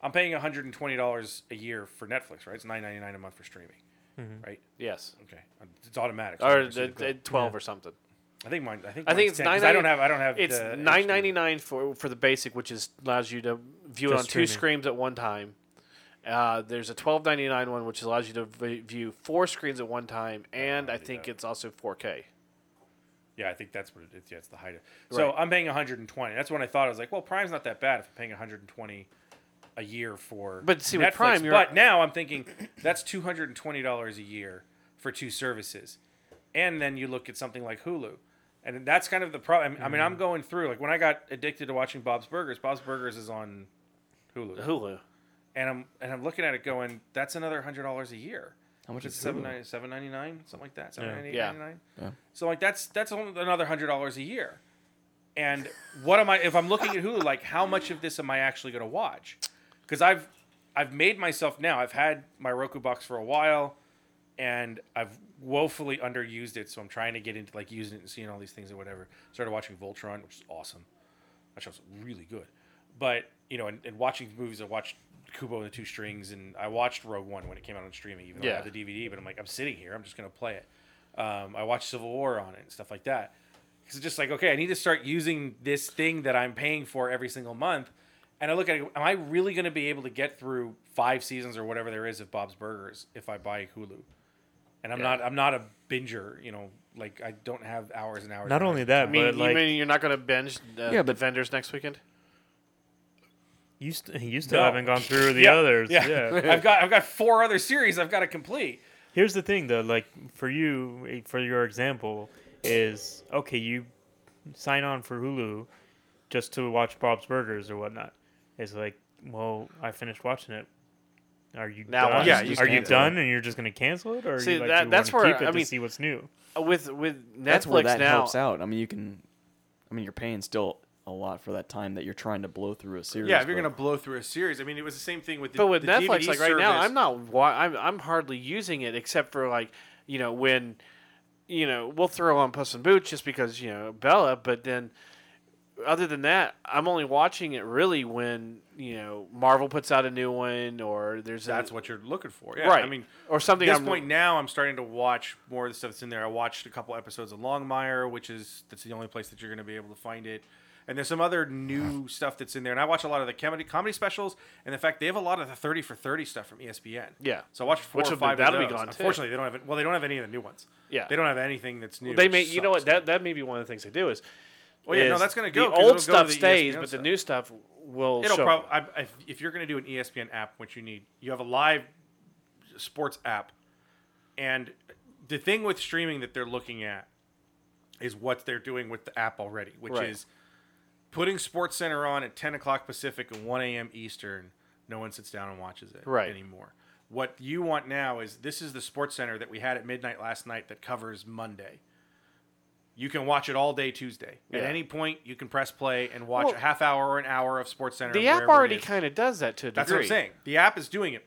I'm paying hundred and twenty dollars a year for Netflix, right? It's nine ninety nine a month for streaming, Mm-hmm. right? yes, Okay, it's automatic. so I or never see the the, bill. the twelve or something. I think mine. I think I think it's mine's 10, 'cause I don't $9.99 have. I don't have. It's the HD. nine ninety nine for for the basic, which is allows you to view it Just on two streaming. screens at one time. Uh, there's a twelve ninety nine one, which allows you to v- view four screens at one time, and I think it's also four K. Yeah, I think that's what it is. Yeah, it's the height of. So Right. I'm paying 120. That's when I thought I was like, well, Prime's not that bad if I'm paying 120 a year for. But see, with Netflix. Prime, you're- but now I'm thinking that's 220 dollars a year for two services, and then you look at something like Hulu, and that's kind of the problem. I mean, Mm-hmm. I'm going through like when I got addicted to watching Bob's Burgers. Bob's Burgers is on Hulu, Hulu. and I'm and I'm looking at it going, that's another hundred dollars a year. How much It's is seven seven? ninety seven ninety nine, something like that. Seven ninety eight Yeah. ninety nine. Yeah. So like that's that's only another hundred dollars a year. And what am I if I'm looking at Hulu? Like how much of this am I actually going to watch? Because I've I've made myself now. I've had my Roku box for a while, and I've woefully underused it. So I'm trying to get into like using it and seeing all these things and whatever. Started watching Voltron, which is awesome. That show's really good. But you know, and, and watching movies, I watched Kubo and the Two Strings, and I watched Rogue One when it came out on streaming, even though I Yeah. had the DVD. But I'm like, I'm sitting here, I'm just gonna play it. Um, I watched Civil War on it and stuff like that. Because it's just like, okay, I need to start using this thing that I'm paying for every single month. And I look at it, am I really going to be able to get through five seasons or whatever there is of Bob's Burgers if I buy Hulu? And I'm not, I'm not a binger, you know, like I don't have hours and hours. not and only hours. that, I mean, but you like mean you're not going to binge uh, Yeah, yeah, but- but vendors next weekend? you, st- you still No. haven't gone through the others. yeah. I've got I've got four other series I've got to complete. Here's the thing, though. Like for you, eh, for your example, is okay. You sign on for Hulu just to watch Bob's Burgers or whatnot. It's like, well, I finished watching it. Are you Now done? what? Yeah, you are you cancel done, and you're just gonna cancel it, or See, you, like, that- you that's wanna where- keep it I to mean- see what's new? Uh, With with Netflix That's where that now, helps out. I mean, you can. I mean, you're paying still a lot for that time that you're trying to blow through a series. Yeah, if you're but- gonna blow through a series, I mean, it was the same thing with. The, but with the Netflix, DVD like right now, service. I'm not. Wa- I'm I'm hardly using it except for like you know when you know we'll throw on Puss in Boots just because you know Bella. But then other than that, I'm only watching it really when you know Marvel puts out a new one or there's That's a, what you're looking for, yeah. right. I mean, or something. at this I'm, point now, I'm starting to watch more of the stuff that's in there. I watched a couple episodes of Longmire, which is that's the only place that you're going to be able to find it. And there's some other Uh-huh. new stuff that's in there. And I watch a lot of the comedy comedy specials, and in fact, they have a lot of the 30 for 30 stuff from E ESPN. Yeah. So I watched four Which or will be- five. of that'll be those. gone, too. Unfortunately, they don't have. Well, they don't have any of the new ones. Yeah. They don't have anything that's new. they which may you know what sucks. that that may be one of the things they do is. Oh yeah, no, that's gonna go, The 'cause it'll go old to stuff the E stays, ESPN but stuff. the new stuff will It'll show. probably if, if you're going to do an E ESPN app, which you need, you have a live sports app, and the thing with streaming that they're looking at is what they're doing with the app already, which Right. is putting Sports Center on at 10 o'clock Pacific and 1 a.m. Eastern. No one sits down and watches it Right. anymore. What you want now is this is the Sports Center that we had at midnight last night that covers Monday. You can watch it all day Tuesday. At Yeah. any point, you can press play and watch Well- a half hour or an hour of Sports Center. the app wherever it already is. kind of does that to a degree. That's what I'm saying. The app is doing it.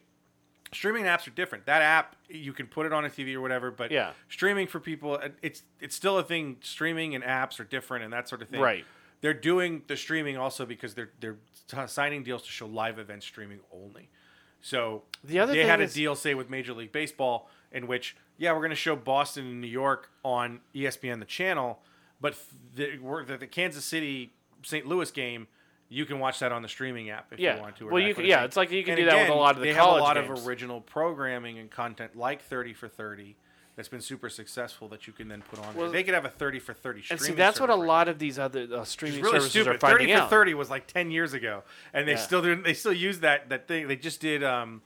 Streaming apps are different. That app you can put it on a TV or whatever, but Yeah. uh, streaming for people, it- it's it's still a thing. Streaming and apps are different and that sort of thing. Right. They're doing the streaming also because they're they're t- signing deals to show live event streaming only. So The other they had thing a is- deal say with Major League Baseball in which yeah we're going to show Boston and New York on E ESPN the channel, but f- the we're, the, the Kansas City St. Louis game you can watch that on the streaming app if Yeah. you want to. or Well, that you kind can- of yeah, thing. it's like you can And do that with a lot of the they college have a lot games. of original programming and content like Thirty for Thirty. That's been super successful that you can then put on. there. Well, they could have a thirty for thirty. And see, streaming that's what a service right now. lot of these other uh, streaming It's really services stupid. are finding thirty for out. thirty was like ten years ago, and they Yeah. still didn't. They still use that that thing. They just did. Um,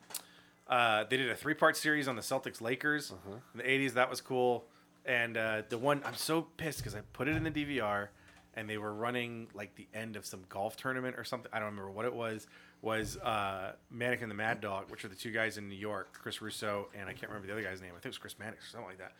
uh, they did a three part series on the Celtics Lakers in the eighties. That was cool. And uh, the one I'm so pissed because I put it in the DVR, and they were running like the end of some golf tournament or something. I don't remember what it was. Was uh, Manic and the Mad Dog, which are the two guys in New York, Chris Russo, and I can't remember the other guy's name. I think it was Chris Mannix or something like that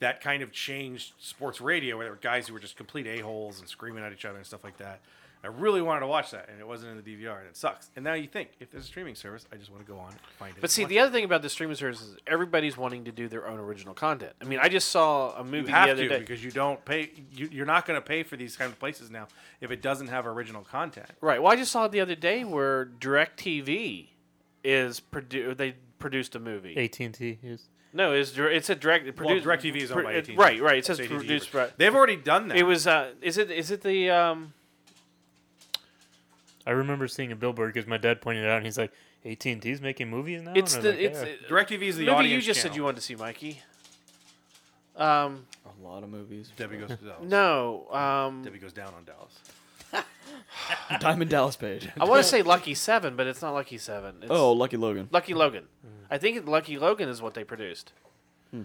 that kind of changed sports radio where there were guys who were just complete a-holes and screaming at each other and stuff like that. I really wanted to watch that, and it wasn't in the DVR, and it sucks. And now you think, if there's a streaming service, I just want to go on and find it. But see, Watch the it. other thing about the streaming service is everybody's wanting to do their own original content. I mean, I just saw a movie you have the other to day. because you don't pay. You, you're not going to pay for these kind of places now if it doesn't have original content. Right. Well, I just saw it the other day where DirecTV is produ- they produced a movie. AT and T is. No, it's dir- it's a direct Well, produced. DirecTV is owned by pro- AT&T. Right, right. It says AT&T. produced. Right. They've already done that. It was. Uh, is it? Is it the? Um, I remember seeing a billboard because my dad pointed it out, and he's like, "AT and T's making movies now." it's And I was the. like, it's "Yeah." uh, DirecTV is the movie audience. you just channel. said you wanted to see, Mikey. Um. A lot of movies. Debbie goes to Dallas. No. Um. Debbie goes down on Dallas. Diamond Dallas Page. I want to say Lucky Seven, but it's not Lucky Seven. It's Oh, Lucky Logan. Lucky Hmm. Logan. I think Lucky Logan is what they produced. But uh,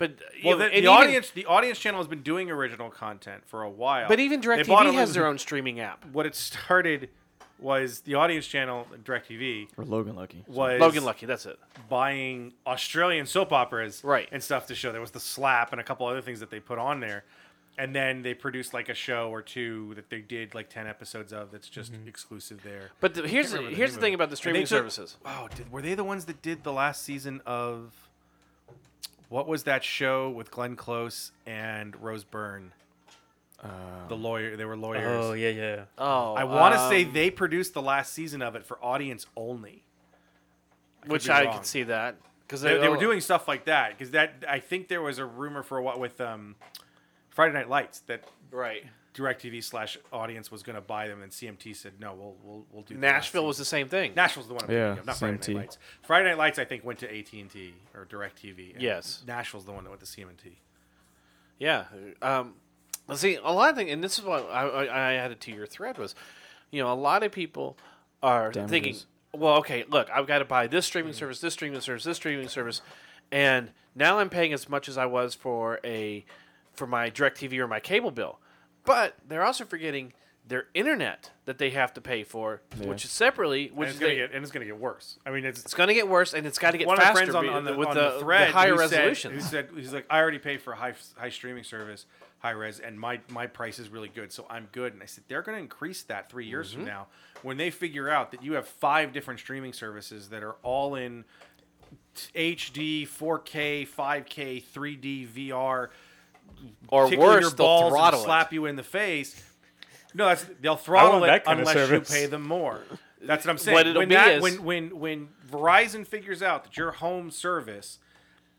you know, Well, the, and the even- audience the audience channel has been doing original content for a while. But even They DirecTV bought a has little- their own streaming app. what it started was the audience channel DirecTV Or Logan Lucky. was Logan Lucky, that's it. buying Australian soap operas Right. and stuff to show. There was the slap and a couple other things that they put on there. And then they produced like a show or two that they did like ten episodes of that's just Mm-hmm. exclusive there. But the, here's the, remember the here's name the of thing it. about the And they streaming took- services. Wow, did, were they the ones that did the last season of what was that show with Glenn Close and Rose Byrne? the lawyer, they were lawyers. Oh yeah, yeah. Um, Oh, I want to um, say they produced the last season of it for audience only. which be I wrong. could see that because They, they were doing stuff like that because that I think there was a rumor for a while with um, Friday Night Lights that right. Directv slash audience was going to buy them, and CMT said no, we'll we'll, we'll do the last Nashville was season." the same thing. Nashville's the one. I'm thinking Yeah, of, not Friday CMT. Night Lights. Friday Night Lights I think went to AT and T or Directv. and Yes. Nashville's the one that went to CMT. Yeah. Um, well, see, a lot of things, and this is what I, I, I added to your thread was, you know, a lot of people are Damages. thinking, well, okay, look, I've got to buy this streaming service, this streaming service, this streaming service, and now I'm paying as much as I was for a for my DirecTV or my cable bill, but they're also forgetting their internet that they have to pay for, which is separately, And which it's is going they- to get and it's going to get worse. I mean, it's it's going to get worse, and it's got to get one of my faster friends on, be- on the, with on the, the thread the higher who said- resolutions. who said he's like, I already pay for high high streaming service, high res, and my my price is really good, so I'm good. And I said they're going to increase that three years Mm-hmm. from now when they figure out that you have five different streaming services that are all in HD, 4K, 5K, 3D, VR. or tickle worse, your they'll balls and throttle it. slap you in the face. No, that's, they'll throttle it that kind of unless you service. pay them more. That's what I'm saying. What it'll when, be that, is- when when when Verizon figures out that your home service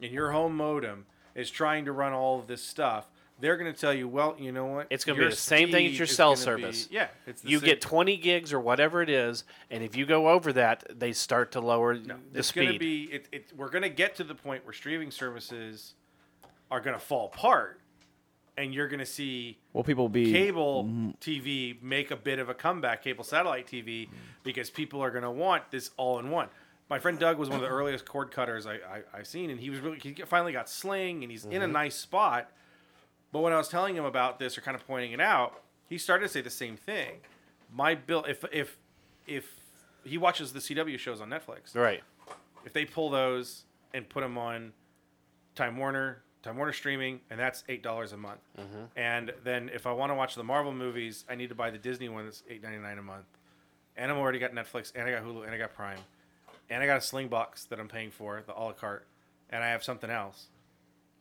and your home modem is trying to run all of this stuff, they're going to tell you, well, you know what? It's gonna be Your the same thing as speed your is cell gonna be- service. yeah, it's the you same- get 20 gigs or whatever it is, and if you go over that, they start to lower the it's speed. gonna be it, it, we're gonna get to the point where streaming services are gonna fall apart, and you're gonna see Well, people will be cable TV make a bit of a comeback, cable satellite TV, because people are going to want this all in one. My friend Doug was one of the earliest cord cutters I, I, I've seen, and he was really he finally got sling, and he's in a nice spot. But when I was telling him about this or kind of pointing it out, he started to say the same thing. My bill, if if if he watches the CW shows on Netflix, right. if they pull those and put them on Time Warner, Time Warner streaming, and that's eight dollars a month. Mm-hmm. And then if I want to watch the Marvel movies, I need to buy the Disney one that's eight ninety nine a month. And I'm already got Netflix, and I got Hulu, and I got Prime, and I got a Sling box that I'm paying for the a la carte, and I have something else.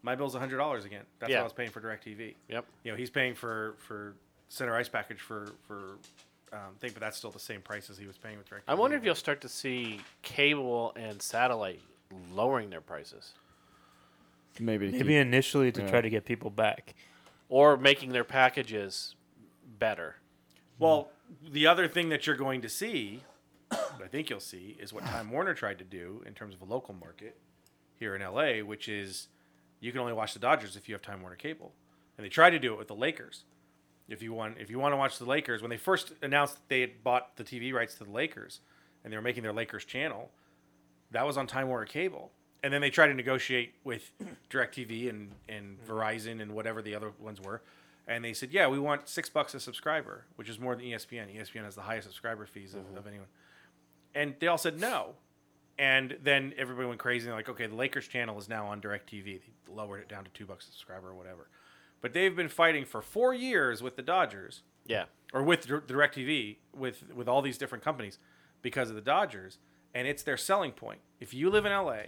My bill's hundred dollars again. That's Yeah. what I was paying for DirecTV. Yep. You know, he's paying for for center ice package for for um, thing, but that's still the same price as he was paying with direct. I wonder if you'll start to see cable and satellite lowering their prices Maybe. to Maybe keep- initially to Yeah. try to get people back. or making their packages better. Well, the other thing that you're going to see, what I think you'll see, is what Time Warner tried to do in terms of a local market here in LA, which is you can only watch the Dodgers if you have Time Warner cable, and they tried to do it with the Lakers. If you want, if you want to watch the Lakers, when they first announced that they had bought the TV rights to the Lakers and they were making their Lakers channel, that was on Time Warner cable. And then they tried to negotiate with DirecTV and, and Verizon and whatever the other ones were. And they said, yeah, we want six bucks a subscriber, which is more than E ESPN. ESPN has the highest subscriber fees of, of anyone. And they all said no. And then everybody went crazy. And they're like, okay, the Lakers channel is now on DirecTV. They lowered it down to two bucks a subscriber or whatever. But they've been fighting for four years with the Dodgers Yeah. or with Dir- DirecTV, with with all these different companies, because of the Dodgers, and it's their selling point. If you live in LA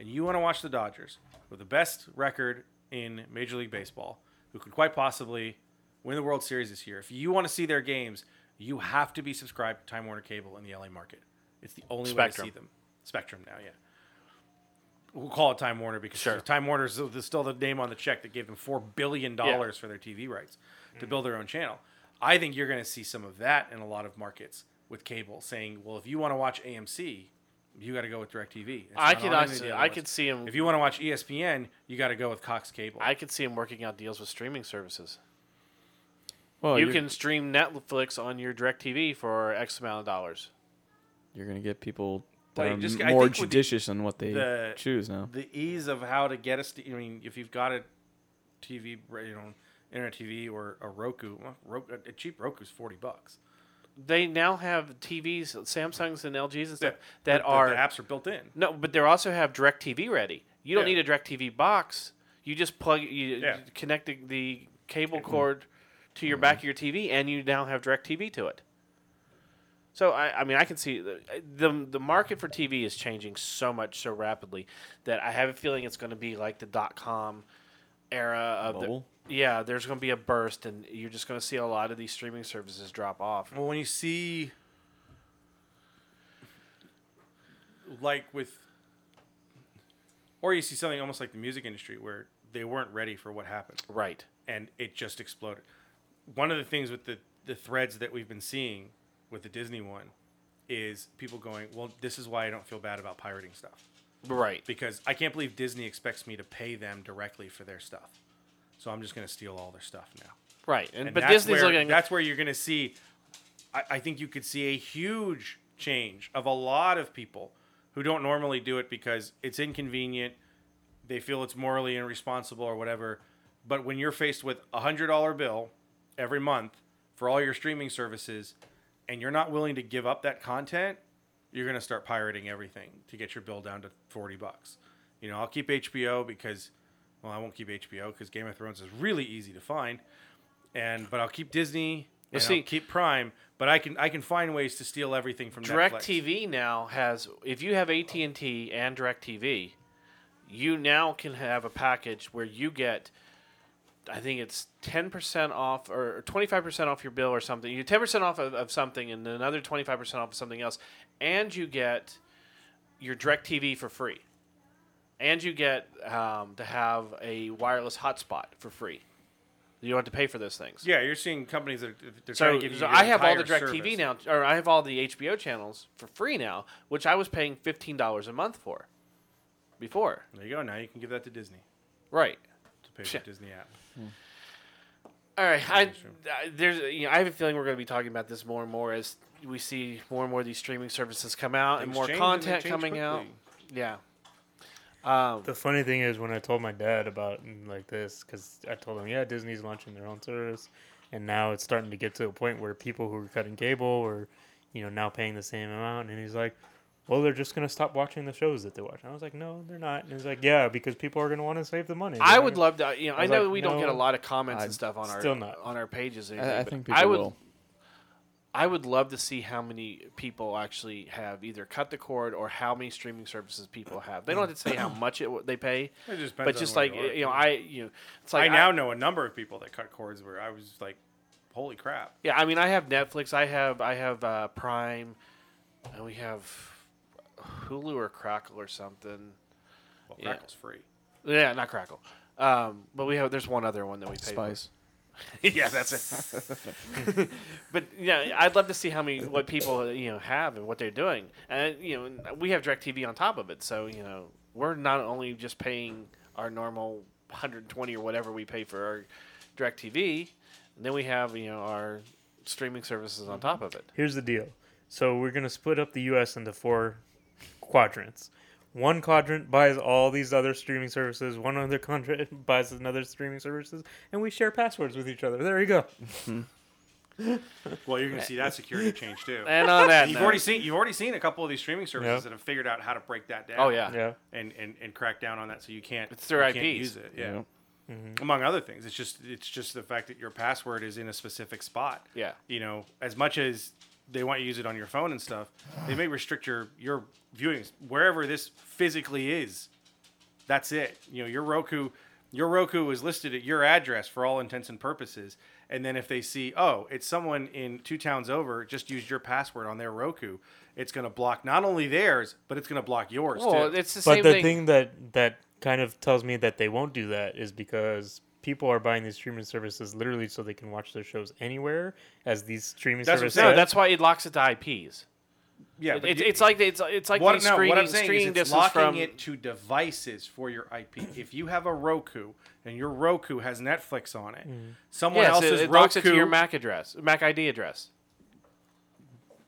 and you want to watch the Dodgers, with the best record in Major League Baseball, who could quite possibly win the World Series this year, if you want to see their games, you have to be subscribed to Time Warner Cable in the LA market. It's the only Spectrum. way to see them. Spectrum now, yeah. We'll call it Time Warner because Sure. Time Warner is still the name on the check that gave them four billion Yeah. dollars for their TV rights to build their own channel. I think you're going to see some of that in a lot of markets with cable saying, "Well, if you want to watch AMC, you got to go with DirecTV." It's I not could on any of actually- the other I ones. could see 'em- If you want to watch E ESPN, you got to go with Cox Cable. I could see them working out deals with streaming services. Oh, well, you you're- can stream Netflix on your DirecTV for X amount of dollars. You're gonna get people that Well, you are just- I more think with the- judicious on what they the- choose now. the ease of how to get us to, I mean, if you've got a TV, you know, internet TV or a Roku, well, Ro- a cheap Roku's 40 bucks. They now have TVs, Samsungs and LGs and stuff that The- are the apps are built in. No, but they also have DirecTV ready. You don't Yeah. need a DirecTV box. You just plug you Yeah. Mm-hmm. you connect the, the cable cord to your back of your TV, and you now have DirecTV to it. So I, I mean, I can see the, the the market for TV is changing so much so rapidly that I have a feeling it's going to be like the dot com era of the, Bubble? yeah. There's going to be a burst, and you're just going to see a lot of these streaming services drop off. Well, when you see, like with, or you see something almost like the music industry where they weren't ready for what happened Right. and it just exploded. One of the things with the, the threads that we've been seeing with the Disney one is people going, well, this is why I don't feel bad about pirating stuff Right. because I can't believe Disney expects me to pay them directly for their stuff. So I'm just going to steal all their stuff now. Right. And, And but that's Disney's where, looking. That's where you're going to see. I, I think you could see a huge change of a lot of people who don't normally do it because it's inconvenient. They feel it's morally irresponsible or whatever. But when you're faced with a hundred dollar bill every month for all your streaming services, and you're not willing to give up that content, you're going to start pirating everything to get your bill down to 40 bucks. You know, I'll keep HBO because, well, I won't keep HBO because Game of Thrones is really easy to find, and but I'll keep Disney. And see- I'll keep Prime, but I can I can find ways to steal everything from Netflix. DirecTV now has if you have AT and T and DirecTV, you now can have a package where you get, I think it's ten percent off or twenty five percent off your bill or something. You ten percent off of, of something and another twenty five percent off of something else, and you get your DirecTV for free, and you get um, to have a wireless hotspot for free. You don't have to pay for those things. Yeah, you're seeing companies that are- they're So, trying to give you. so your I have all the entire direct TV service. now, or I have all the HBO channels for free now, which I was paying fifteen dollars a month for before. There you go. Now you can give that to Disney Right. to pay for Shit. the Disney app. All right. I, I there's you know, I have a feeling we're going to be talking about this more and more as we see more and more of these streaming services come out and Things more change and they content change coming out. quickly. Yeah. Um, The funny thing is when I told my dad about like this, because I told him, yeah, Disney's launching their own service, and now it's starting to get to a point where people who are cutting cable are, you know, now paying the same amount, and he's like, well, they're just gonna stop watching the shows that they watch. And I was like, no, they're not. And he's like, yeah, because people are gonna want to save the money. I They're would not love to. You know, I, was know like, we don't get a no, lot of comments and I'd stuff on our still not. on our pages. Or anything, I, I but think people I would, will. I would love to see how many people actually have either cut the cord or how many streaming services people have. They don't have to say how much it, they pay, It just depends but on just where like you are. you know, I you know, it's like I now know a number of people that cut cords where I was like, Holy crap! Yeah, I mean, I have Netflix, I have I have uh, Prime, and we have Hulu or Crackle or something. Well, Yeah. Crackle's free. Yeah, not Crackle. Um, but we have there's one other one that we pay. for. Spice. yeah, that's it. but yeah, I'd love to see how many what people you know have and what they're doing, and you know we have Directv on top of it, so you know we're not only just paying our normal 120 or whatever we pay for our Directv, and then we have you know our streaming services on top of it. Here's the deal. So we're gonna split up the U.S. into four quadrants. One quadrant buys all these other streaming services. One other quadrant buys another streaming services, and we share passwords with each other. There you go. Well, you're gonna see that security change too. And on that, You've note- already seen you've already seen a couple of these streaming services Yeah. that have figured out how to break that down. oh yeah, Yeah. and and, and crack down on that so you can't It's their you can't IPs. use it yeah among other things it's just it's just the fact that your password is in a specific spot Yeah. you know as much as they want you to use it on your phone and stuff they may restrict your your viewings wherever this physically is that's it you know your Roku your Roku is listed at your address for all intents and purposes and then if they see oh it's someone in two towns over just used your password on their Roku it's going to block not only theirs but it's going to block yours Well, too. it's the But same the thing. thing. that that kind of tells me that they won't do that is because people are buying these streaming services literally so they can watch their shows anywhere, as these streaming That's what I'm services. saying. no, that's why it locks it to IPs. yeah It, but it's you- it's like it's it's like what, these no, screening, what I'm saying screening is it's distance locking from it to devices for your IP. If you have a Roku and your Roku has Netflix on it, someone yes, it, else's it locks Roku, it to your Mac address, Mac ID address.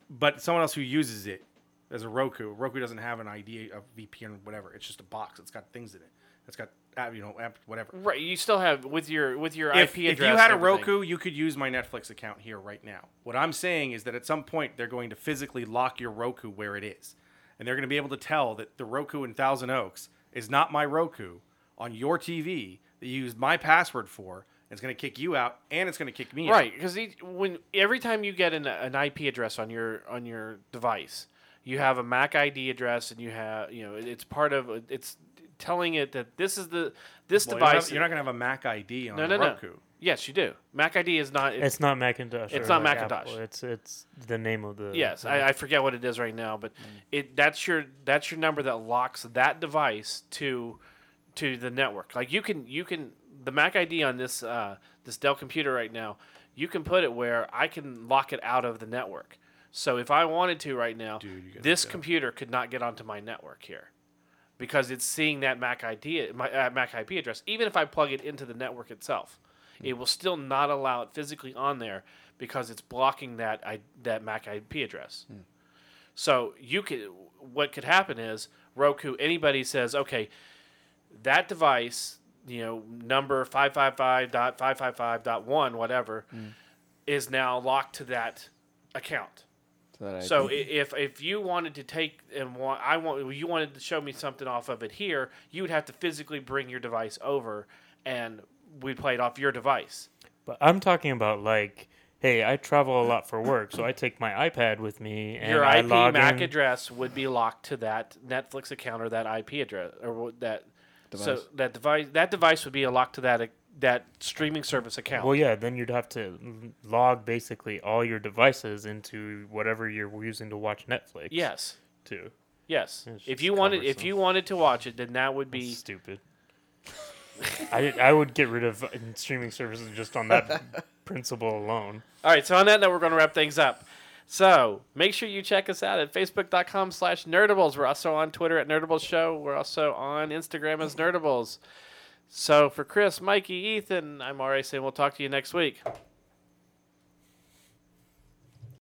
but someone else who uses it as a Roku, Roku doesn't have an ID, a VPN, whatever. It's just a box. It's got things in it. It's got app, you know, app, whatever. Right, you still have with your with your If, IP if address. you had a and everything. Roku, you could use my Netflix account here right now. What I'm saying is that at some point they're going to physically lock your Roku where it is, and they're going to be able to tell that the Roku in Thousand Oaks is not my Roku on your TV that you used my password for. and It's going to kick you out, and it's going to kick me out. right? Because when every time you get an, an IP address on your on your device, you have a Mac ID address, and you have you know it- it's part of it's telling it that this is the this Well, you're not- device. You're not, going to have a Mac ID on no, no, the no. Roku. Yes, you do. Mac ID is not. It's, It's not Macintosh. It's or not like Macintosh. Apple. It's it's the name of the. yes, the- I, I forget what it is right now, but it that's your that's your number that locks that device to to the network. Like you can you can the Mac ID on this uh, this Dell computer right now, you can put it where I can lock it out of the network. So if I wanted to right now, you gotta this computer could not get onto my network here because it's seeing that Mac ID my uh, Mac IP address. Even if I plug it into the network itself, it Hmm. will still not allow it physically on there because it's blocking that I, that Mac IP address. Hmm. So you could what could happen is Roku anybody says okay that device you know number 555.555.1 whatever Hmm. is now locked to that account. To that So i- IP. if if you wanted to take and want I want you wanted to show me something off of it here, you would have to physically bring your device over and we'd play it off your device. But I'm talking about like, hey, I travel a lot for work, so I take my iPad with me and your I IP log MAC in. address would be locked to that Netflix account or that IP address or what- that so Device. that device that device would be locked to that that streaming service account. Well, yeah, then you'd have to log basically all your devices into whatever you're using to watch Netflix. Yes. To Yes. It's If just you wanted if cumbersome. you wanted to watch it, then that would be stupid. I I would get rid of uh, streaming services just on that principle alone. All right, so on that note, we're going to wrap things up. So make sure you check us out at facebook.com slash nerdables. We're also on Twitter at Nerdables Show. We're also on Instagram as Nerdables. So for Chris, Mikey, Ethan, I'm RA saying we'll talk to you next week.